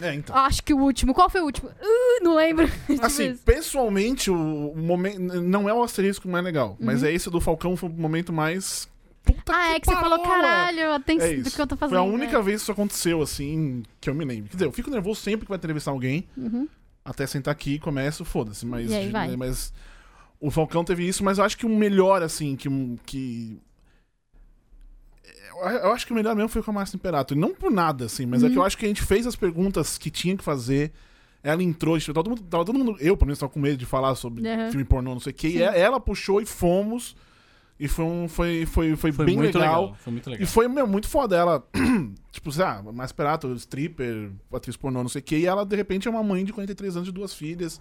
é, então.
Acho que o último. Qual foi o último? Uh, não lembro. Tipo
Assim,
isso.
pessoalmente, o momento. Não é o asterisco mais legal, mas é esse do Falcão foi o momento mais. Puta
Uhum. ah, é que você falou,
parola!
caralho, atenção
É
do
isso.
que eu tô
Foi
fazendo. né?" é.
a única vez que isso aconteceu, assim, que eu me lembro. Quer dizer, eu fico nervoso sempre que vai entrevistar alguém.
Uhum.
Até sentar aqui, começo, foda-se. Mas,
E aí vai.
mas o Falcão teve isso, mas eu acho que o melhor, assim, que. que... Eu eu acho que o melhor mesmo foi com a Márcia Imperato. E não por nada, assim, mas é
Uhum.
que eu acho que a gente fez as perguntas que tinha que fazer. Ela entrou, tipo, tava todo mundo, tava todo mundo- Eu, pelo menos, tava com medo de falar sobre
Uhum.
filme pornô, não sei o quê. E ela puxou e fomos. E foi, um, foi, foi, foi,
Foi
bem
muito legal.
legal.
Foi muito legal.
E foi, meu, muito foda. Ela, tipo, sei lá, mais perato, stripper, atriz pornô, não sei o quê. E ela, de repente, é uma mãe de 43 anos de duas filhas,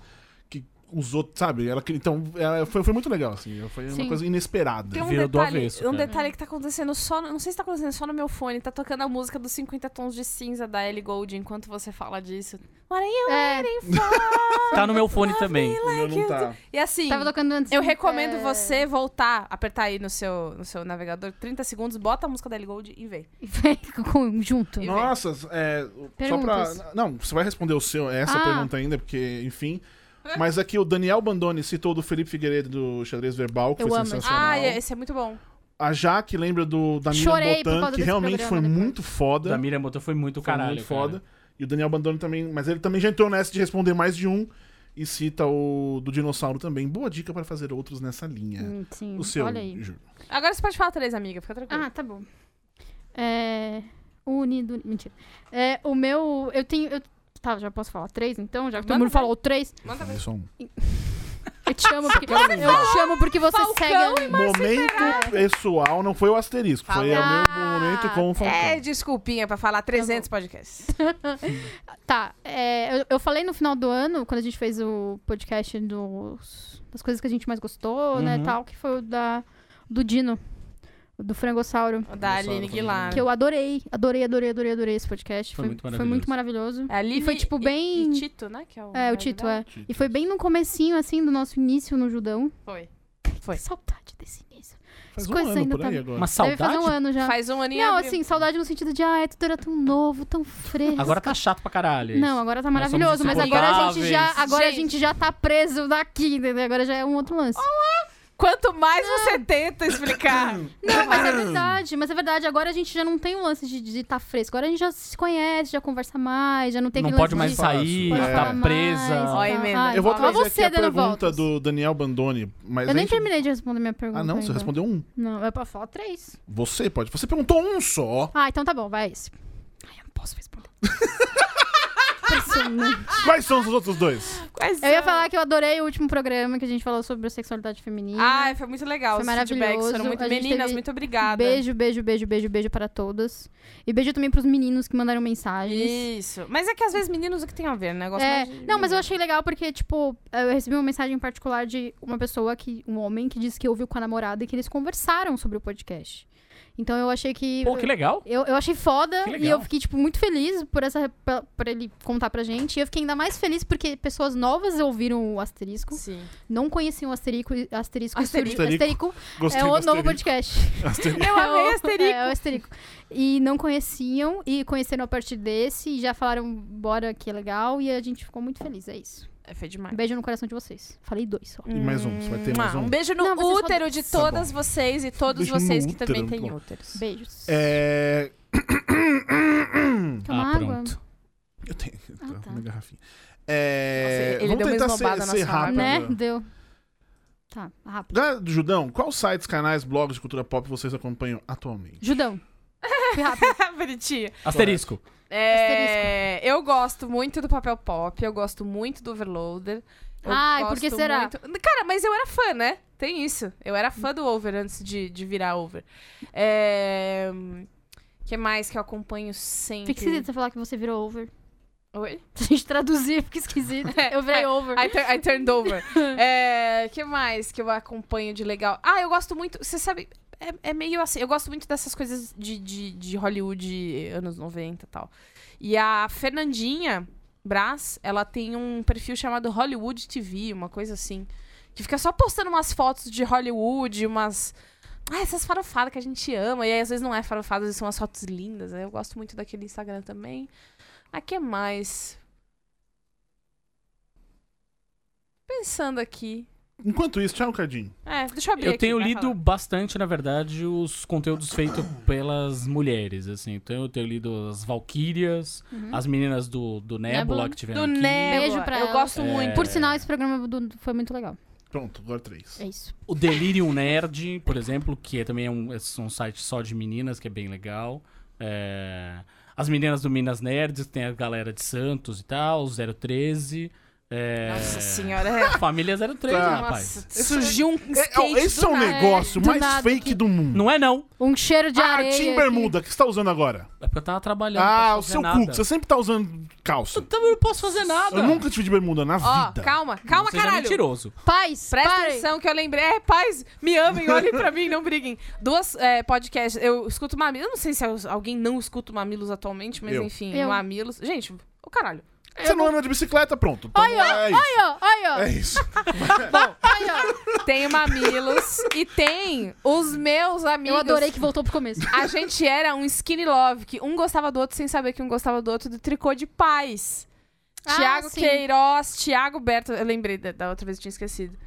que os outros, sabe? Ela, que- então, ela- foi, foi muito legal, assim. Foi uma
Sim.
coisa inesperada.
Tem um
Virou do
detalhe,
avesso,
um
cara.
detalhe que tá acontecendo só. Não sei se tá acontecendo só no meu fone. Tá tocando a música dos 50 tons de cinza da Ellie Gold enquanto você fala disso. What are you
É.
waiting for?
Tá no meu fone também.
O meu não tá.
E assim,
Tava tocando antes.
eu recomendo
É.
você voltar, apertar aí no seu, no seu navegador 30 segundos, bota a música da Ellie Gold e vem.
E Vem com- junto.
Nossa, é, só pra.
Perguntas.
Não, você vai responder o seu, essa
Ah.
pergunta ainda, porque, enfim. Mas aqui o Daniel Bandone citou do Felipe Figueiredo do Xadrez Verbal, que
Eu
foi
amo esse.
sensacional.
Ah, é- esse é muito bom.
A Jaque lembra do da Miriam
Chorei por
Botan,
causa
que
desse
realmente
programa
foi
depois.
muito foda.
Da Miriam Botan foi muito
Foi
caralho.
muito
cara.
foda. E o Daniel Bandone também, mas ele também já entrou nessa de responder mais de um. E cita o do dinossauro também. Boa dica para fazer outros nessa linha.
Hum, Sim.
É. o seu,
Olha aí.
Júlio.
Agora você pode falar três, amiga, fica tranquila.
Ah, tá bom. É. Unido. Mentira. É, o meu. Eu tenho. Eu... Tá, já posso falar três então? Já que todo
Manda,
mundo falou três.
Manda
É
ver.
só um.
Eu te amo porque. eu te amo porque você
Falcão
segue. a mim.
Momento pessoal não foi o asterisco, foi o
Falcão.
meu momento com o Falcão.
É, desculpinha pra falar 300 podcasts.
Tá. é, eu, eu falei no final do ano, quando a gente fez o podcast dos, das coisas que a gente mais gostou, né,
Uhum.
tal, que foi o da, do Dino, do Frangossauro.
O da Aline Guilar.
Que eu adorei, adorei, adorei, adorei, adorei esse podcast.
Foi
Foi,
muito
foi muito maravilhoso.
É, Aline
E foi, tipo,
e-
bem-
e Tito, né? Que é o,
É, o
marido
Tito,
dela.
é. E foi bem no comecinho, assim, do nosso início no Judão.
Foi.
Que saudade desse início.
Faz
As
um
coisas
ano
ainda
por aí
tá-
agora.
Uma
Deve
saudade?
fazer um ano já.
Faz um aninho.
Não, assim, saudade no sentido de, ah, tudo era tão novo, tão fresco.
Agora tá chato pra caralho.
Não, agora tá
Nós
maravilhoso,
somos
mas agora a gente
insuportáveis.
já, agora a
Gente. Oh,
gente já tá preso daqui, entendeu? Agora já é um outro lance.
Quanto mais você
Ah.
tenta explicar.
Não, mas é verdade, mas é verdade, agora a gente já não tem o lance de estar fresco. Agora a gente já se conhece, já conversa mais, já não tem
Não
aquele
pode
lance
mais
de...
Fácil.
sair,
pode
é.
tá
falar
presa.
mais,
Ó,
tá.
emenda.
Ai,
Eu vou
fala
trazer aqui
você,
a
Dana
pergunta
Voltas.
do Daniel Bandone, mas
Eu
a
nem
gente-
terminei de responder minha pergunta.
Ah, não, você
ainda.
respondeu um.
Não, é pra falar três.
Você pode. Você perguntou um só.
Ah, então tá bom, vai esse. Ai, eu não posso responder. Impressionante.
Quais são os outros dois?
Quais
eu ia
são?
falar que eu adorei o último programa que a gente falou sobre sexualidade feminina.
Ai, foi muito legal.
Foi
os feedbacks foram
maravilhoso.
muito
A gente
meninas,
teve
muito obrigada.
Beijo, beijo, beijo, beijo, beijo para todas. E beijo também pros meninos que mandaram mensagens.
Isso. Mas é que às vezes meninos o que tem a ver, né? Eu gosto
É,
mais de
não, mas eu
menino.
achei legal porque, tipo, eu recebi uma mensagem em particular de uma pessoa que. Um homem que disse que ouviu com a namorada e que eles conversaram sobre o podcast. Então eu achei que.
Pô, que legal.
Eu, eu achei foda
Que
e
legal.
eu fiquei, tipo, muito feliz por essa pe- por ele contar pra gente. E eu fiquei ainda mais feliz porque pessoas novas ouviram o asterisco,
Sim.
não conheciam o asterisco, asterisco, e surgiu-
Asterico.
asterisco.
Gostei
é
do
o novo
asterisco.
podcast.
Asterisco.
Eu amei asterisco.
É, o asterisco. E não conheciam e conheceram a partir desse e já falaram, bora que é legal. E a gente ficou muito feliz, é isso.
É, foi demais.
Um beijo no coração de vocês. Falei dois só.
E mais um. Você vai ter mais
Ah,
um.
beijo no
Não, você só-
útero de
Tá bom.
todas vocês e todos
Beijo no
vocês que
útero,
também
muito
têm
bom.
úteros.
Beijos.
É.
Quer uma
Ah,
água?
pronto.
Eu tenho. eu tenho
tá.
uma garrafinha. É.
Nossa, ele
Vamos
deu uma
tentar
esnobada
ser,
na
ser
sua água.
rápido.
Né? Deu. Tá, rápido.
Galera do Judão, quais sites, canais, blogs de cultura pop vocês acompanham atualmente?
Judão. Fui rápido.
Bonitinha.
Asterisco.
É, eu gosto muito do papel pop, eu gosto muito do Overloader. eu
Ai,
gosto
por que será?
muito- Cara, mas eu era fã, né? Tem isso. Eu era fã do Over antes de, de virar Over. É... que mais que eu acompanho sempre?
Fica esquisito você falar que você virou over.
Oi?
Se a gente traduzir, fica esquisito.
É,
Eu virei
é,
over.
I, tur- I turned over. é, que mais que eu acompanho de legal? Ah, eu gosto muito. Você sabe. É, é meio assim. Eu gosto muito dessas coisas de, de, de Hollywood anos 90 e tal. E a Fernandinha Brás, ela tem um perfil chamado Hollywood TV, uma coisa assim. Que fica só postando umas fotos de Hollywood, umas. Ah, essas farofadas que a gente ama. E aí, às vezes, não é farofada, às vezes são umas fotos lindas. né? Eu gosto muito daquele Instagram também. Ah, que mais? Pensando aqui.
Enquanto isso, tchau, Cardinho.
É, deixa eu abrir
Eu
aqui,
tenho
vai
lido
falar.
bastante, na verdade, os conteúdos feitos pelas mulheres, assim. Então eu tenho lido as Valkyrias,
Uhum.
as meninas do, do Nebula
Nebula.
que tiveram
Do
aqui.
Nébula.
Beijo pra
Eu
ela.
gosto muito.
Por sinal, esse programa do- foi muito legal.
Pronto, agora três.
É isso.
O Delirium Nerd, por exemplo, que é também é um, é um site só de meninas, que é bem legal. É, As meninas do Minas Nerds, tem a galera de Santos e tal, o 013. É...
Nossa senhora, é.
Família 03, né,
Tá.
rapaz?
Nossa, surgiu um
É, ó,
skate.
esse
do
é o
nada.
negócio
do
mais
nada
fake
aqui.
do mundo.
Não é não.
Um cheiro de
ah,
areia.
Tim
aqui.
Bermuda, o que você tá usando agora?
É porque eu tava trabalhando.
Ah,
não
o
posso fazer
seu cu,
nada. Então
que você sempre tá usando calça.
Eu também não posso fazer nada.
Eu nunca tive de bermuda na
Ó,
vida.
calma, calma,
Seja
caralho.
mentiroso.
Paz,
Presta
parem.
atenção que eu lembrei. É, paz, me amem, olhem pra mim, não briguem. Duas é, podcasts. Eu escuto Mamilos. Eu não sei se eu- alguém não escuta o Mamilos atualmente, mas
Eu.
enfim,
Eu.
Mamilos. Gente, o caralho.
Você não anda de bicicleta, pronto. Então,
Olha,
é
olha,
isso.
olha, olha,
É isso.
olha.
Tem o Mamilos e tem os meus amigos.
Eu adorei que voltou pro começo.
A gente era um skinny love, que um gostava do outro sem saber que um gostava do outro, do tricô de paz.
Ah,
Tiago
sim.
Queiroz, Tiago Berto, eu lembrei da, da outra vez, eu tinha esquecido.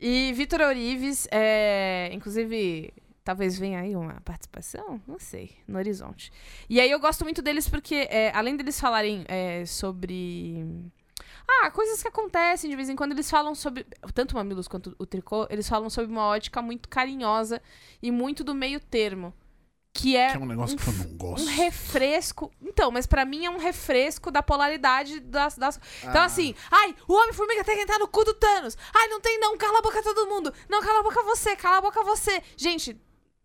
E Vitor Orives, é, inclusive, talvez venha aí uma participação, não sei, no horizonte. E aí eu gosto muito deles porque, é, além deles falarem é, sobre... Ah, coisas que acontecem de vez em quando, eles falam sobre, tanto o Mamilos quanto o Tricô, eles falam sobre uma ótica muito carinhosa e muito do meio termo. Que é
Que é um negócio que eu não
um
gosto.
refresco. Então, mas pra mim é um refresco da polaridade das. das-
Ah.
Então, assim, ai, o Homem-Formiga tem que entrar no cu do Thanos. Ai, não tem não, cala a boca todo mundo. Não, cala a boca você, cala a boca você. Gente,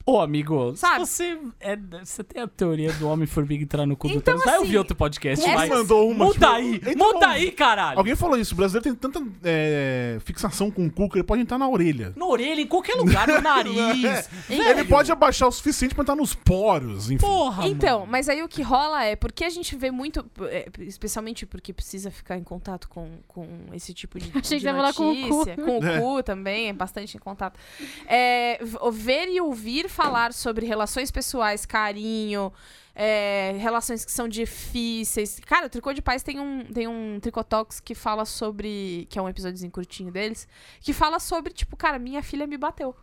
Ô, amigo, se
Sabe?
você, é, você tem a teoria do Homem-Formiga entrar no cu do
Então,
Thanos. Vai
assim,
ouvir outro podcast,
Alguém
vai.
mandou uma.
Muda
tipo,
aí,
entra
muda
um-
aí, caralho.
Alguém falou isso. O brasileiro tem tanta é, fixação com o cu que ele pode entrar na orelha.
Na orelha, em qualquer lugar, no nariz.
Ele pode abaixar o suficiente pra entrar nos poros, enfim.
Porra,
Então,
mano.
mas aí o que rola é, porque a gente vê muito, é, especialmente porque precisa ficar em contato com, com esse tipo de, de
Achei que você ia falar com o cu.
notícia, com o cu,
É.
também, é bastante em contato. É, v- ver e ouvir falar sobre relações pessoais, carinho, é, relações que são difíceis. Cara, o Tricô de Paz tem um, tem um Tricotox que fala sobre, que é um episódiozinho curtinho deles, que fala sobre, tipo, cara, minha filha me bateu.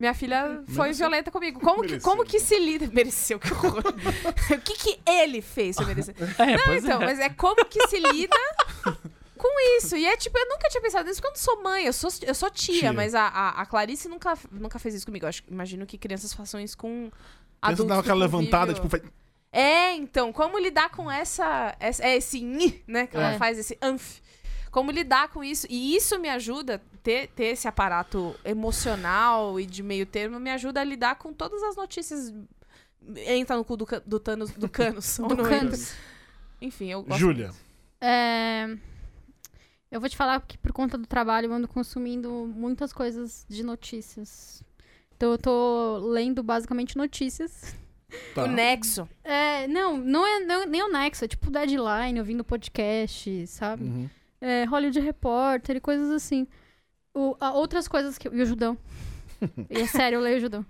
Minha filha foi
Mereceu.
violenta comigo. Como que,
Mereceu.
como que se lida? Mereceu, que horror. o que, que ele fez pra merecer?
É,
Não,
pois
então,
é.
mas é como que se lida com isso. E é tipo, eu nunca tinha pensado nisso porque eu não sou mãe, eu sou, eu sou tia,
Tia.
mas a, a, a Clarice nunca, nunca fez isso comigo. Eu acho, imagino que crianças façam isso com.
Pensa
adultos
dava
do
aquela levantada,
convívio.
tipo, faz-
É, então, como lidar com essa. essa é esse nhi, né? Que ela
É.
faz esse anf. Como lidar com isso? E isso me ajuda, ter, ter esse aparato emocional e de meio termo, me ajuda a lidar com todas as notícias. Entra no cu do, ca- do Thanos, do Canos. ou
Do
não
Canos.
entra. Enfim, eu gosto.
Júlia.
muito.
É, Eu vou te falar que por conta do trabalho eu ando consumindo muitas coisas de notícias. Então eu tô lendo basicamente notícias.
Tá.
O Nexo.
É, não, não é não- nem o Nexo, é tipo Deadline, ouvindo podcast, sabe?
Uhum.
É, Hollywood Reporter e coisas assim. O- a- outras coisas que. eu- E o Judão. e é sério, eu leio o Judão.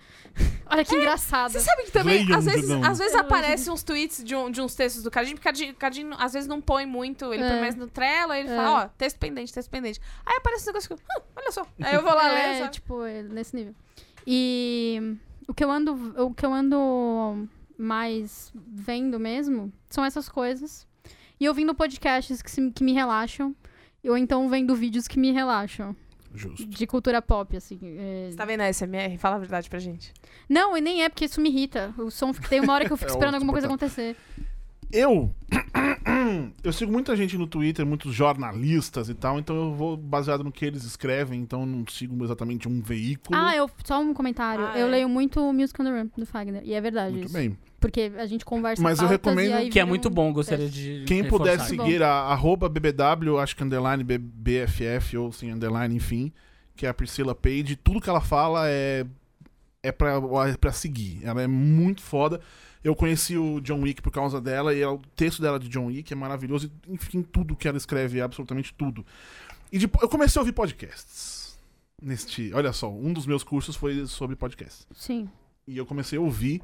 Olha que engraçado.
É, Você sabe que também,
Leiam
às
de
vezes,
novo.
às vezes aparecem uns tweets de, um- de uns textos do Cadinho, porque o Cadinho- o Cadinho às vezes não põe muito, ele
É.
põe mais no Trello, aí ele
É.
fala, ó, texto pendente, texto pendente. Aí aparece um negócio que eu, "Hum, olha só. Aí eu vou lá
é,
ler, sabe?
tipo, é nesse nível. E o que eu ando, o que eu ando mais vendo mesmo são essas coisas. E ouvindo podcasts que, se- que me relaxam, ou então vendo vídeos que me relaxam,
Justo.
de cultura pop, assim. é.
Você tá vendo a SMR? Fala a verdade pra gente.
Não, e nem é porque isso me irrita. O som fica- tem uma hora que eu fico
É
esperando
outro
alguma coisa
botão.
acontecer.
Eu. Eu sigo muita gente no Twitter, muitos jornalistas e tal, então eu vou baseado no que eles escrevem, então eu não sigo exatamente um veículo.
Ah, eu, só um comentário.
Ah,
eu
é.
leio muito Music on the Run do Fagner. E é verdade
Muito
isso.
bem.
Porque a gente conversa
Mas eu
pautas
recomendo-
e aí
Que é
vira
muito
um-
bom, gostaria de
Quem puder
reforçar. Tá
Muito
seguir a arroba BBW, acho que underline B- BFF ou sem underline, enfim, que é a Priscila Page, tudo que ela fala é é pra, é pra seguir. Ela é muito foda. Eu conheci o John Wick por causa dela e ela- o texto dela de John Wick é maravilhoso. E, enfim, tudo que ela escreve, é absolutamente tudo. E depois, eu comecei a ouvir podcasts. Neste, olha só, um dos meus cursos foi sobre podcasts.
Sim.
E eu comecei a ouvir.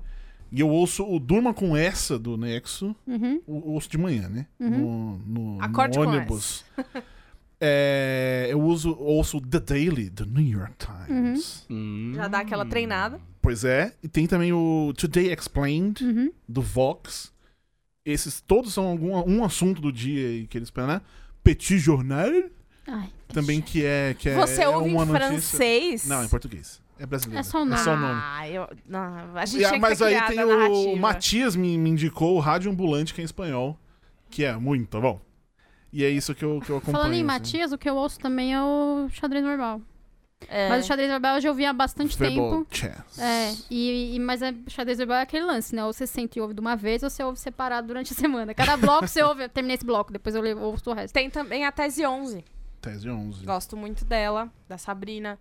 E eu ouço o Durma com essa do Nexo.
Uhum.
O osso de manhã, né? No, no,
Uhum. Acorde
no
com
ônibus. É, eu uso ouço The Daily, do New York Times.
Uhum.
Hum.
Já dá aquela treinada.
Pois é. E tem também o Today Explained,
Uhum.
do Vox. Esses todos são algum, um assunto do dia e que eles pedem, né? Petit Journal,
Ai,
também que é. Que é
Você
é
ouve
uma
em
notícia-
francês?
Não, em português. É brasileiro.
É só o nome.
o nome.
Ah, eu, não, a gente
E, ah,
tinha que
mas
ter
aí
criado
tem
a
o,
narrativa.
Matias me, me indicou o Rádio Ambulante, que é em espanhol, que é muito bom. E é isso que eu, que eu acompanho.
Falando em
assim.
Matias, o que eu ouço também é o xadrez normal.
É.
Mas o xadrez normal eu já ouvi há bastante
Verbal
tempo.
chess.
É, e, e- mas é, xadrez verbal é aquele lance, né? Ou você sente e ouve de uma vez, ou você ouve separado durante a semana. Cada bloco você ouve, eu terminei esse bloco, depois eu le- ouço o resto.
Tem também a Tese 11.
Tese 11.
Gosto muito dela, da Sabrina.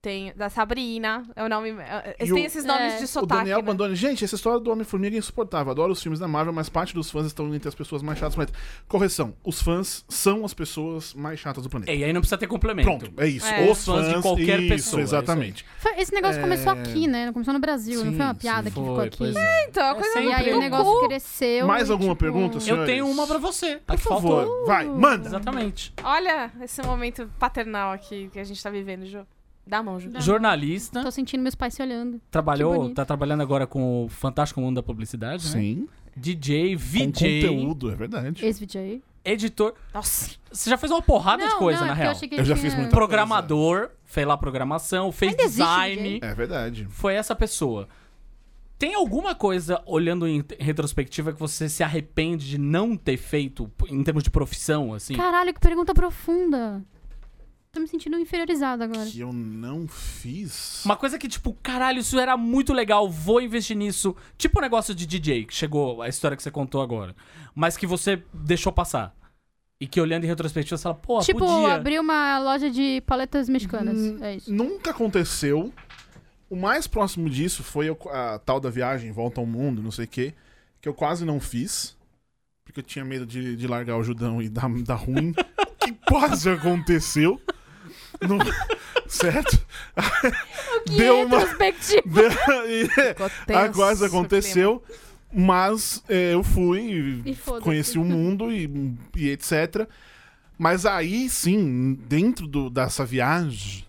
Tem da Sabrina, é o nome. é, é,
E
tem
o-
esses nomes
É.
de
O
O
sotaque.
Daniel
né?
Bandone. Gente, essa história do Homem-Formiga é insuportável. Adoro os filmes da Marvel, mas parte dos fãs estão entre as pessoas mais chatas do planeta. Correção: os fãs são as pessoas mais chatas do planeta.
E aí não precisa ter complemento.
Pronto, é isso.
É.
Os fãs, de qualquer isso, pessoa.
é isso aí.
Exatamente.
Foi- Esse negócio
É.
começou aqui, né? Não Começou no Brasil, não
Sim,
foi uma
sim,
piada que ficou
Foi,
aqui.
pois é.
Então, é uma coisa
É
E
sempre
um
aí o
no
negócio
cu.
cresceu.
Mais
e,
alguma
tipo,
pergunta, senhores?
Eu tenho uma pra você.
Por
Aqui
favor,
faltou.
vai, manda.
Exatamente.
Olha esse momento paternal aqui que a gente tá vivendo, Jô. Dá a mão, Jô.
Dá.
Jornalista,
Tô sentindo meus pais se olhando. Que
trabalhou,
bonito.
tá trabalhando agora com o Fantástico Mundo da Publicidade, né?
Sim.
DJ,
Com
VJ,
conteúdo, é verdade.
Ex-VJ.
editor.
Nossa.
Você já fez uma porrada de
Não,
coisa,
não, é
na
porque
real.
Eu, achei que
Eu já
tinha-
fiz muita-
Programador, fez lá programação, fez
Ainda existe
design.
DJ?
É verdade.
Foi essa pessoa. Tem alguma coisa, olhando em retrospectiva, que você se arrepende de não ter feito em termos de profissão, assim?
Caralho, que pergunta profunda. Tô me sentindo inferiorizada agora.
Que eu não fiz.
Uma coisa que, tipo, caralho, isso era muito legal, vou investir nisso. Tipo o negócio de DJ, que chegou, a história que você contou agora. Mas que você deixou passar. E que olhando em retrospectiva, você fala, pô,
tipo,
podia.
abrir uma loja de paletas mexicanas. É isso.
Hum, Nunca aconteceu. O mais próximo disso foi eu- a tal da viagem, volta ao mundo, não sei o quê, que eu quase não fiz. Porque eu tinha medo de, de largar o Judão e dar, dar ruim. que quase aconteceu. Não- certo? Deu uma.
Retrospectiva.
Deu, e- ah, quase aconteceu. Mas é, eu fui, e
E foda-se.
conheci o mundo e, e etc. Mas aí sim, dentro do- dessa viagem,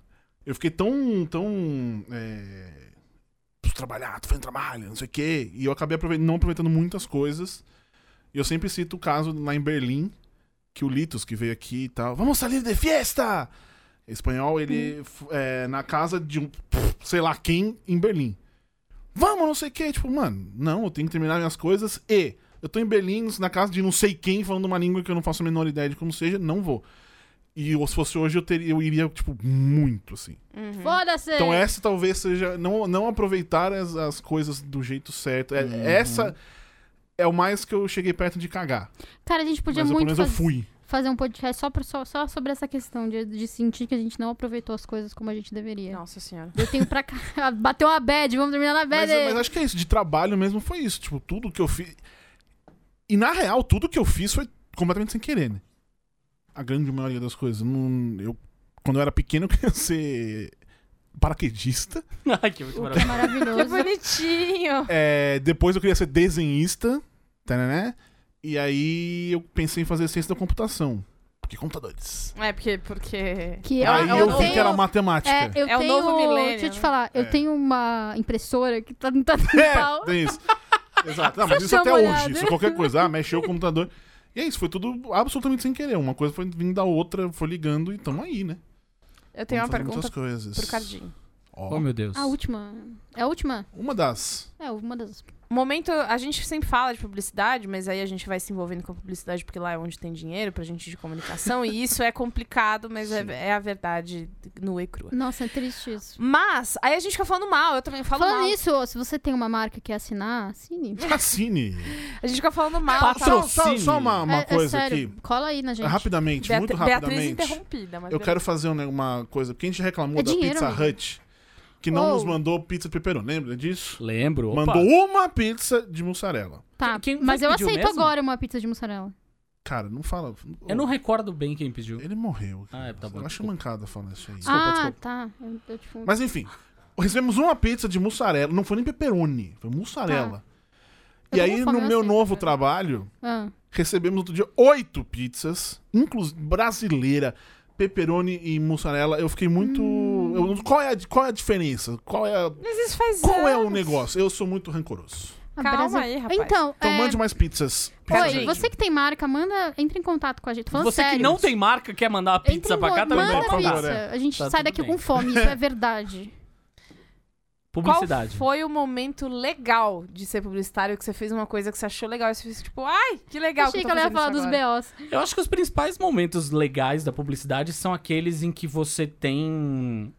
eu fiquei tão. tão é, preciso trabalhar, tô fazendo trabalho, não sei o quê. E eu acabei aprove- não aproveitando muitas coisas. E eu sempre cito o caso lá em Berlim, que o Litos, que veio aqui e tal, vamos salir de fiesta! Em espanhol,
Hum.
ele f- é na casa de um sei lá quem em Berlim. Vamos, não sei o quê. Tipo, mano, não, eu tenho que terminar minhas coisas e eu tô em Berlim, na casa de não sei quem, falando uma língua que eu não faço a menor ideia de como seja, não vou. E eu- se fosse hoje, eu, teria, eu iria, tipo, muito, assim.
Foda-se!
Então essa talvez seja não, não aproveitar as, as coisas do jeito certo. É,
Uhum.
Essa é o mais que eu cheguei perto de cagar.
Cara, a gente podia
mas eu, pelo menos
muito faz-
eu fui.
fazer um podcast só, por- só, só sobre essa questão de, de sentir que a gente não aproveitou as coisas como a gente deveria.
Nossa senhora.
Eu tenho pra cá. Bateu uma bad, vamos terminar na bad.
Mas, mas acho que é isso. De trabalho mesmo foi isso. Tipo, tudo que eu fiz... E na real, tudo que eu fiz foi completamente sem querer, né? A grande maioria das coisas. Não, eu, quando eu era pequeno, eu queria ser paraquedista.
Ai, que muito
O que é
maravilhoso.
Que
maravilhoso.
bonitinho.
É, depois eu queria ser desenhista, tá, né? E aí eu pensei em fazer ciência da computação. Porque computadores.
É, porque. porque...
Que Ah, eu,
Aí
é o
eu, vi
novo-
que era
tenho-
matemática.
É, eu
É o
tenho.
novo milênio,
deixa eu te
né?
falar,
É.
eu tenho uma impressora que tá, tá dando
É,
pau.
tem isso. Exato. Não, mas
Você
isso até
dá uma
hoje.
olhada.
Isso, qualquer coisa. Ah, mexeu o computador. E é isso, foi tudo absolutamente sem querer. Uma coisa foi vindo da outra, foi ligando e tamo aí, né?
Eu tenho uma
Vamos fazer
pergunta
muitas coisas.
pro Cardinho.
Ó,
Oh, meu Deus.
A última. É a última?
uma das.
É, uma das.
Momento, a gente sempre fala de publicidade, mas aí a gente vai se envolvendo com a publicidade porque lá é onde tem dinheiro pra gente de comunicação e isso é complicado, mas é, é a verdade nua e crua.
Nossa, é triste isso.
Mas, aí a gente fica falando mal, eu também falo
Falando
mal.
nisso, ó, se você tem uma marca que assinar, assine.
Cassini.
A gente fica falando mal.
Passa-
tá?
Só, só, só uma, uma
é,
coisa
é sério,
aqui.
cola aí na gente.
Rapidamente,
Beat-
muito
Beatriz
rapidamente.
interrompida, mas
Eu quero fazer um- uma coisa, porque a gente reclamou
É
da
dinheiro,
Pizza
amigo.
Hut, que não
Oh.
nos mandou pizza de pepperoni, lembra disso?
Lembro. opa.
Mandou um? uma pizza de mussarela.
Tá,
Quem- quem
mas
foi
eu
que pediu
aceito
mesmo?
agora uma pizza de mussarela.
Cara, não fala.
Eu não recordo bem quem pediu.
Ele morreu.
Ah, é, tá bom,
Eu acho
desculpa.
mancada falar isso aí.
ah, tá. Eu, eu, tipo,
Mas enfim, recebemos uma pizza de mussarela. Não foi nem pepperoni, foi mussarela.
Tá. Eu assim,
E
tô com
aí,
fome,
no
eu
meu
aceito,
novo
cara.
trabalho,
ah,
recebemos outro dia oito pizzas, inclusive brasileira, pepperoni e mussarela. Eu fiquei muito.
Hum.
eu- qual, é a, qual é a diferença? Qual é, a-
Mas isso faz
qual é o
anos.
negócio? Eu sou muito rancoroso.
a
Calma
Brasil-
aí, rapaz.
Então,
Então,
é,
mande mais pizzas. pra
Oi,
gente.
você que tem marca, manda, entra em contato com a gente. Tô Falando
Você
sério.
que não tem marca quer mandar uma pizza
Entra em
pra cá,
contato,
também
manda
pode
por
pizza.
mandar.
favor, é.
A gente
Tá
sai
tudo
daqui
bem.
com fome, isso é verdade.
Publicidade.
Qual foi o momento legal de ser publicitário que você fez uma coisa que você achou legal e você fez tipo, ai, que legal
Achei
que,
que,
eu tô
ela ia
fazendo
falar
isso
dos
agora.
BOs.
Eu acho que os principais momentos legais da publicidade são aqueles em que você tem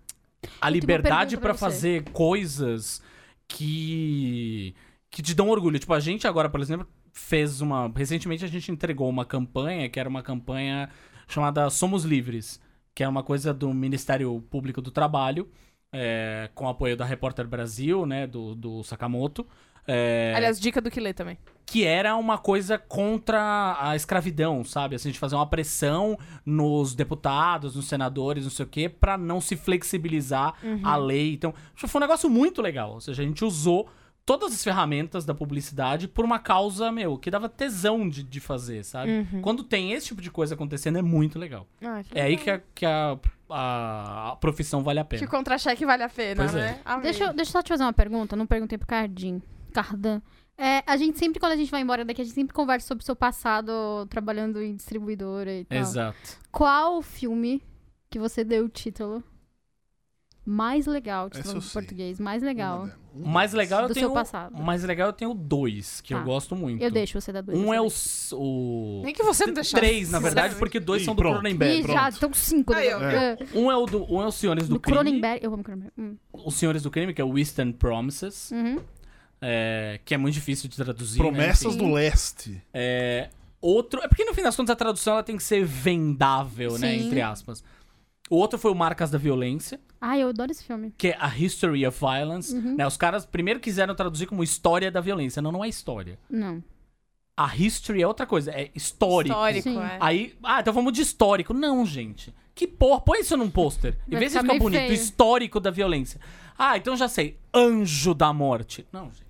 a liberdade
pergunta pra
pra
você.
fazer coisas que que te dão orgulho. Tipo, a gente agora, por exemplo, fez uma recentemente a gente entregou uma campanha que era uma campanha chamada Somos Livres, que é uma coisa do Ministério Público do Trabalho, é, com apoio da Repórter Brasil, né, do, do Sakamoto. É,
Aliás, dica do que ler também.
que era uma coisa contra a escravidão, sabe? Assim, de fazer uma pressão nos deputados, nos senadores, não sei o quê, pra não se flexibilizar a
Uhum.
lei. Então, acho que foi um negócio muito legal. Ou seja, a gente usou todas as ferramentas da publicidade por uma causa, meu, que dava tesão de, de fazer, sabe?
Uhum.
Quando tem esse tipo de coisa acontecendo, é muito legal.
Ah, que
É aí
Uhum.
que a, que a, a- a profissão vale a pena.
Que o contra-cheque vale a pena,
Pois é.
né? Amei.
Deixa, eu- deixa eu só te fazer uma pergunta. Não perguntei pro Cardim. Cardan. É, a gente sempre, quando a gente vai embora daqui, a gente sempre conversa sobre o seu passado trabalhando em distribuidora e tal.
Exato.
Qual o filme que você deu o título mais legal, o título
Essa eu
em
sei.
português, mais legal
O mais legal é eu
do
tenho.
seu passado?
O mais legal eu tenho dois, que
Tá.
eu gosto muito.
Eu deixo você dar dois.
Um
você
é o.
deixa.
s- o...
Nem que você não deixasse.
Três, na verdade, porque é dois
Ih,
são do
pronto.
Ih,
Cronenberg.
pronto.
já, estão cinco.
Aí, ó.
né?
Um é o do, um é os Senhores do,
do
Crime.
Cronenberg. Eu amo Cronenberg. Hum.
Os Senhores do Crime, que é o Eastern Promises,
Uhum.
é, que é muito difícil de traduzir. né?
Promessas
Enfim.
do Leste.
É, outro. É porque no fim das contas a tradução ela tem que ser vendável, né?
Sim.
Entre aspas. O outro foi o Marcas da Violência.
Ai, eu adoro esse filme.
que é a History of Violence,
Uhum.
né? Os caras primeiro quiseram traduzir como história da violência. Não, não é história.
Não.
A history é outra coisa, é histórico.
Histórico,
Sim.
é.
Aí, ah, então vamos de histórico. Não, gente. Que porra, põe isso num pôster. Em
Vai
vez de
ficar
ficar
meio
bonito,
feio.
histórico da violência. Ah, então já sei. Anjo da morte. Não, gente.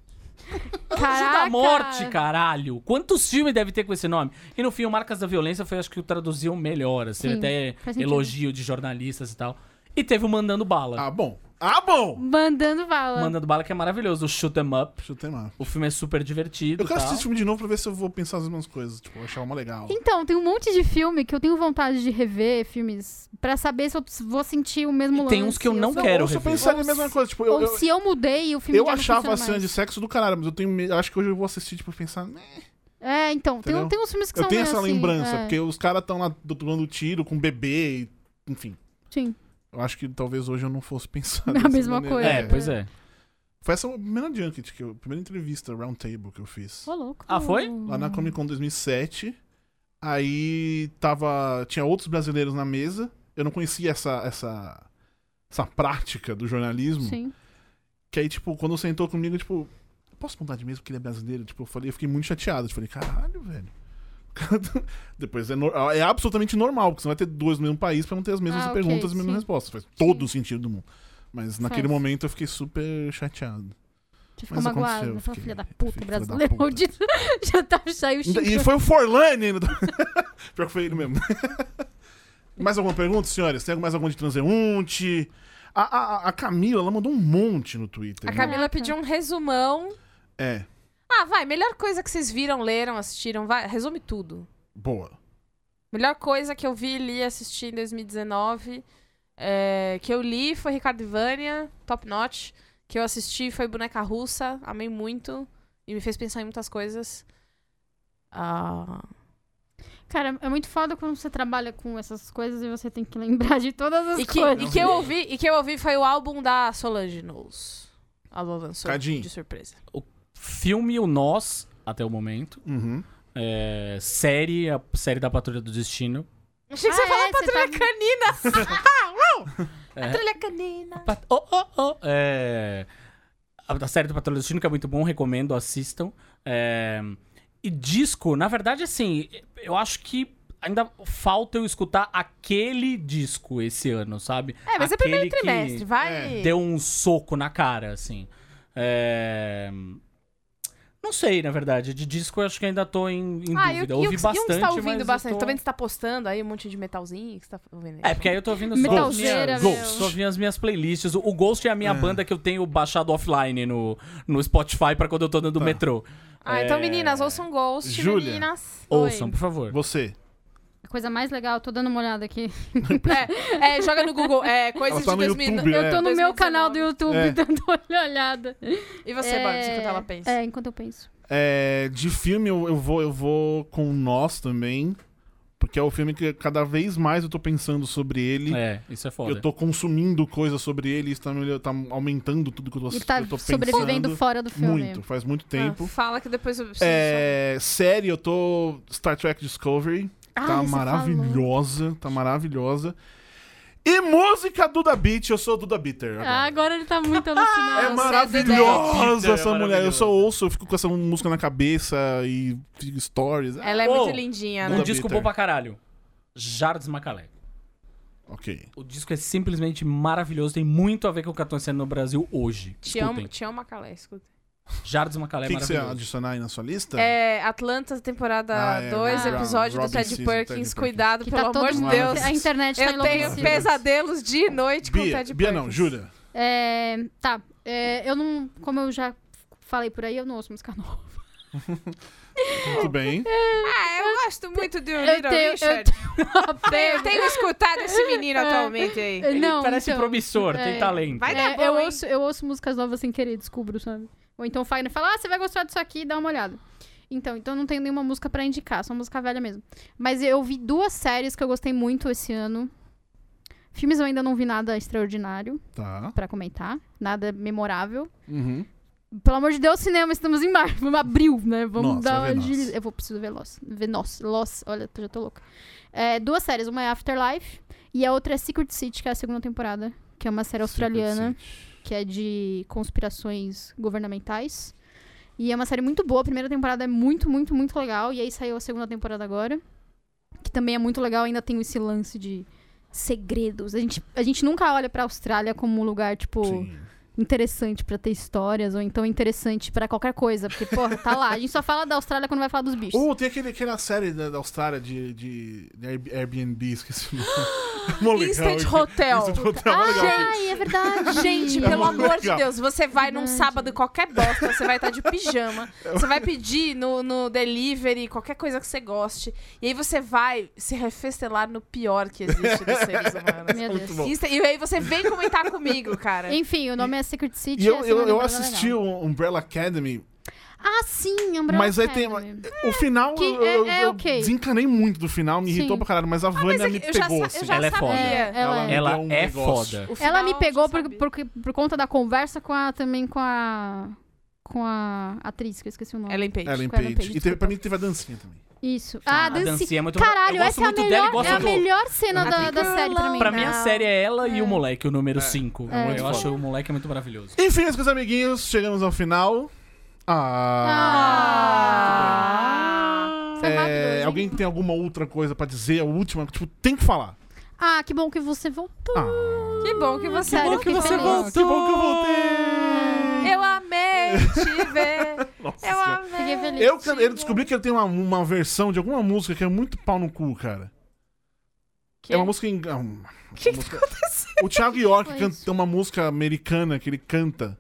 Anjo da
Caraca!
morte, caralho. Quantos filmes deve ter com esse nome? E no fim, o Marcas da Violência foi, acho que, o traduziam melhor. Assim,
Sim,
até
faz sentido.
elogio de jornalistas e tal. E teve o Mandando Bala.
Ah, bom. Ah, bom!
Mandando bala.
Mandando Bala, que é maravilhoso. O Shoot 'em Up.
Deixa eu terminar.
O filme é super divertido.
Eu quero
tal.
assistir esse filme de novo pra ver se eu vou pensar as mesmas coisas. Tipo, eu achava uma legal.
Então, tem um monte de filme que eu tenho vontade de rever, filmes, pra saber se eu vou sentir o mesmo
E tem
lance,
uns que eu
ou
não
se
quero
Ou se eu
rever.
pensaria a mesma coisa. Tipo, eu,
Ou
eu,
se eu mudei, o filme
eu
já não
achava
funciona
a cena
mais.
de sexo do caralho, mas eu tenho me- acho que hoje eu vou assistir, tipo, pensar. "Né".
É, então, tem,
Entendeu?
tem uns filmes que
Eu
são
tenho
meio
essa
assim,
lembrança,
é.
porque os caras estão lá do- dando tiro com bebê, e, enfim.
Sim.
Eu acho que talvez hoje eu não fosse pensar.
A
dessa
mesma
maneira.
coisa.
É, pois é.
Foi essa a primeira junket, que eu, a primeira entrevista roundtable que eu fiz.
Ô, louco.
Ah, foi?
Lá na Comic Con 2007. Aí tava. Tinha outros brasileiros na mesa. Eu não conhecia essa. essa essa prática do jornalismo.
Sim.
Que aí, tipo, quando sentou comigo, tipo, posso mudar de mesa porque ele é brasileiro? Tipo, eu falei, eu fiquei muito chateado. Eu falei, caralho, velho. Depois é, nor- é absolutamente normal, porque você não vai ter dois no mesmo país pra não ter as mesmas
Ah, ok,
perguntas e as mesmas
sim.
respostas. Faz todo o sentido do mundo. Mas naquele
Faz.
momento eu fiquei super chateado.
Você ficou
Mas
magoado.
aconteceu,
Eu falei,
fiquei-
filha da
filha
puta,
da
brasileiro
puta.
maldito. Já tá, saiu xingando.
E foi o Forlane ainda. Pior que foi ele mesmo. mais alguma pergunta, senhores? Tem mais alguma de transeunte? A, a- a Camila, ela mandou um monte no Twitter.
A
né?
Camila
Caraca.
pediu um resumão.
É,
Ah, vai, melhor coisa que vocês viram, leram, assistiram, vai, resume tudo.
boa.
Melhor coisa que eu vi, li, assisti em 2019, é, que eu li foi Ricardo e Vânia, top notch. Que eu assisti foi Boneca Russa, amei muito e me fez pensar em muitas coisas. Ah,
Cara, é muito foda quando você trabalha com essas coisas e você tem que lembrar de todas as
e, que, e
coisas.
que eu ouvi, e que eu ouvi foi o álbum da Solange Knowles. O álbum lançou
Cadinho.
de surpresa.
Filme O Nós, até o momento.
Uhum.
É, série, a série da Patrulha do Destino.
Achei que
Ah,
você ia falar
é? Você
Patrulha
tá-
Canina.
É.
Patrulha Canina.
Pat- Oh, oh, oh. É, a, a série do Patrulha do Destino, que é muito bom, recomendo, assistam. É, e disco, na verdade, assim, eu acho que ainda falta eu escutar aquele disco esse ano, sabe?
É, mas é
Aquele
primeiro
que-
trimestre, vai.
É,
deu um soco na cara, assim. É... Não sei, na verdade. De disco eu acho que ainda tô em, em
Ah, e o-
dúvida.
e o
Eu ouvi
que- e o que
bastante,
você tá ouvindo
mas
bastante?
eu tô-
Tô vendo que você tá postando aí um monte de metalzinho que você tá ouvindo. aí.
É, porque aí eu tô ouvindo só as
Metalzeira,
minhas...
Ghost.
meu.
Só ouvindo as minhas playlists. O Ghost é a minha
É.
banda que eu tenho baixado offline no, no Spotify pra quando eu tô dando
Tá.
metrô.
Ah, então
É.
meninas, ouçam Ghost,
Júlia,
meninas.
Ouçam,
Oi.
por favor.
Você.
coisa mais legal, eu tô dando uma olhada aqui.
É, é, joga no Google. É, coisas
Ela tá
de
no
2000.
YouTube,
Eu tô no meu
2019.
canal do YouTube
É.
dando uma olhada.
E você,
É,
Bugs, enquanto ela pensa?
É, enquanto eu penso.
É, de filme eu, eu vou eu vou com Nós também, porque é o filme que cada vez mais eu tô pensando sobre ele.
É, isso é foda.
Eu tô consumindo coisas sobre ele, isso tá, me- tá aumentando tudo que eu tô,
Ele tá
eu tô pensando.
sobrevivendo fora do filme.
Muito, faz muito
Ah,
tempo.
fala que depois eu preciso.
É, série, eu tô Star Trek Discovery,
Ah,
tá
você falou.
maravilhosa, tá maravilhosa. E música Duda Beat, eu sou Duda Bitter. agora.
Ah, agora ele tá muito alucinado.
É
Nossa,
maravilhosa
é
essa mulher. Eu
maravilhosa.
só ouço, eu fico com essa música na cabeça e fico stories. Ah,
Ela é
Pô,
muito lindinha, né?
Um
Duda
disco
Bitter.
bom pra caralho. Jardes Macalé.
ok.
O disco é simplesmente maravilhoso, tem muito a ver com o que tá acontecendo no Brasil hoje.
Te
Escutem.
amo, te amo, Macalé, escuta.
Jardes Macalé
O
é
que, que você
maravilhoso.
adicionar aí na sua lista?
É, Atlanta,
Ah,
temporada
é,
2,
Rob-
episódio do
Robin
Ted
Season,
Perkins.
Ted Perkins.
Cuidado,
Que
pelo
tá todo
amor de
mundo-
Deus.
A internet tá
Eu tenho
enlouquecida.
pesadelos de noite com o
Bia,
Ted
Bia
Perkins.
não, Júlia.
É, tá. É, eu não. Como eu já falei por aí, eu não ouço música nova.
Muito bem.
Ah, eu gosto muito do
Eu
Little
tenho- eu
Richard.
Uma É.
Eu tenho escutado esse menino atualmente aí.
Ele não,
Parece
então,
promissor,
é.
tem talento.
Vai dar
é,
bom,
eu,
hein?
ouço, eu ouço músicas novas sem querer, descubro, sabe? Ou então o Fagner fala, ah, você vai gostar disso aqui, dá uma olhada. Então, então eu não tenho nenhuma música pra indicar, só música velha mesmo. Mas eu vi duas séries que eu gostei muito esse ano. Filmes eu ainda não vi nada extraordinário
Tá.
pra comentar, nada memorável.
Uhum.
Pelo amor de Deus, cinema, estamos em março. Vamos abril, né? Vamos
Nossa,
dar
vai ver
uma
nós.
agiliz- Eu vou preciso ver Lost. Ver nós. Lost. Olha, eu já tô louca. É, duas séries. Uma é Afterlife e a outra é Secret City, que é a segunda temporada. Que é uma série australiana,
Secret City.
que é de conspirações governamentais. E é uma série muito boa. A primeira temporada é muito, muito, muito legal. E aí saiu a segunda temporada agora. Que também é muito legal. Ainda tem esse lance de segredos. A gente, a gente nunca olha pra Austrália como um lugar, tipo
Sim.
interessante pra ter histórias, ou então interessante pra qualquer coisa, porque, porra, tá lá. A gente só fala da Austrália quando vai falar dos bichos.
Oh, tem aquele, aquela série da, da Austrália de, de, de Air- Airbnb, esqueci o nome. Mó legal.
Instant Hotel.
Instant Hotel, mó legal.
Ai, é verdade.
Gente,
É
pelo
muito
amor de
legal.
Deus, você vai num
Verdade.
sábado qualquer bosta, você vai estar de pijama, você vai pedir no, no delivery qualquer coisa que você goste, e aí você vai se refestelar no pior que existe dos seres humanos.
Meu
é Muito
Deus.
bom.
Insta- E aí você vem comentar comigo, cara.
Enfim, o nome é Secret City.
E
é
eu,
a
eu,
segunda
eu
temporada
assisti
legal.
o Umbrella Academy,
Ah, sim, Umbrella
mas aí tem.
Academy.
O final
que
eu,
é-
eu-
é
eu
ok.
desencanei muito do final, me irritou
Sim. Ah,
pra caralho, mas a Vânia
Mas
me
é que eu já,
pegou.
sa- eu
assim.
já
Ela é foda.
sabia.
Ela,
Ela-
é.
Ela
Deu um
é
negócio.
foda.
O final,
Ela me
eu
pegou
já
por,
sabia.
por, por conta da conversa com a. também com a. com a atriz, que eu esqueci o nome.
Ellen Page.
Ellen
Ellen
Page.
Page,
é E teve,
desculpa.
pra mim teve a dancinha também.
Isso.
Ah,
Ah,
a
a
dancinha é é muito boa.
Caralho,
Eu gosto
essa é a
muito dela e
melhor,
gosto
é a
do-
melhor cena da,
Happy
da
Girl
série pra mim.
Pra mim, a
Não.
série é ela e o moleque, o número 5.
É, muito
eu
foda.
acho o moleque muito maravilhoso.
Enfim, meus queridos amiguinhos, chegamos ao final. Ah.
Ah, foi
É,
rápido hoje, hein?
alguém tem alguma outra coisa pra dizer? A última, tipo, tem que falar.
Ah, que bom que você voltou.
Ah,
Que bom que você
Sério,
eu
que
fiquei
você
feliz.
voltou.
que bom que eu voltei!
Eu amei te ver.
Nossa.
Eu amei.
Fiquei feliz.
É. Eu, eu, descobri que ele tem uma, uma versão de alguma música que é muito pau no cu, cara.
Que?
É uma música em. ah, uma
tá
música- O Thiago York
Foi
canta,
isso.
tem uma música americana que ele canta,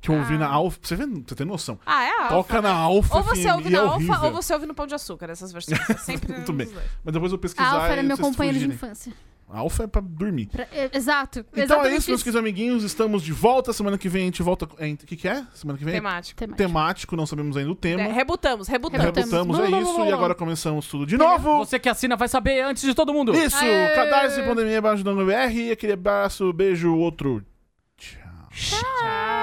que eu ouvi
Ah.
na Alf. Você, vê, você tem noção?
Ah, é a Alfa.
Toca na Alf.
Ou você
FM,
ouve
e
na
é
Alfa
horrível.
ou você ouve no Pão de Açúcar, essas versões. É Sempre
Muito
nos
bem.
dois.
Mas depois eu pesquisar.
A Alfa
é
era
e
meu
vocês
companheiro de
fugirem.
infância.
Alfa é pra dormir.
Pra- é, exato.
Então é
exatamente
isso, meus queridos amiguinhos. Estamos de volta. Semana que vem a gente volta. com- é, O que, que é? Semana que vem?
Temático.
Temática.
Temático, não sabemos ainda o tema.
É, rebutamos, rebutamos.
Rebutamos.
Rebutamos, é
Blá, blá,
isso.
blá, blá.
E agora começamos tudo de novo.
Você que assina vai saber antes de todo mundo.
Isso,
Aê!
cadarse, pandemia, abaixo do BR. Aquele abraço, beijo, outro. Tchau.
Tchau.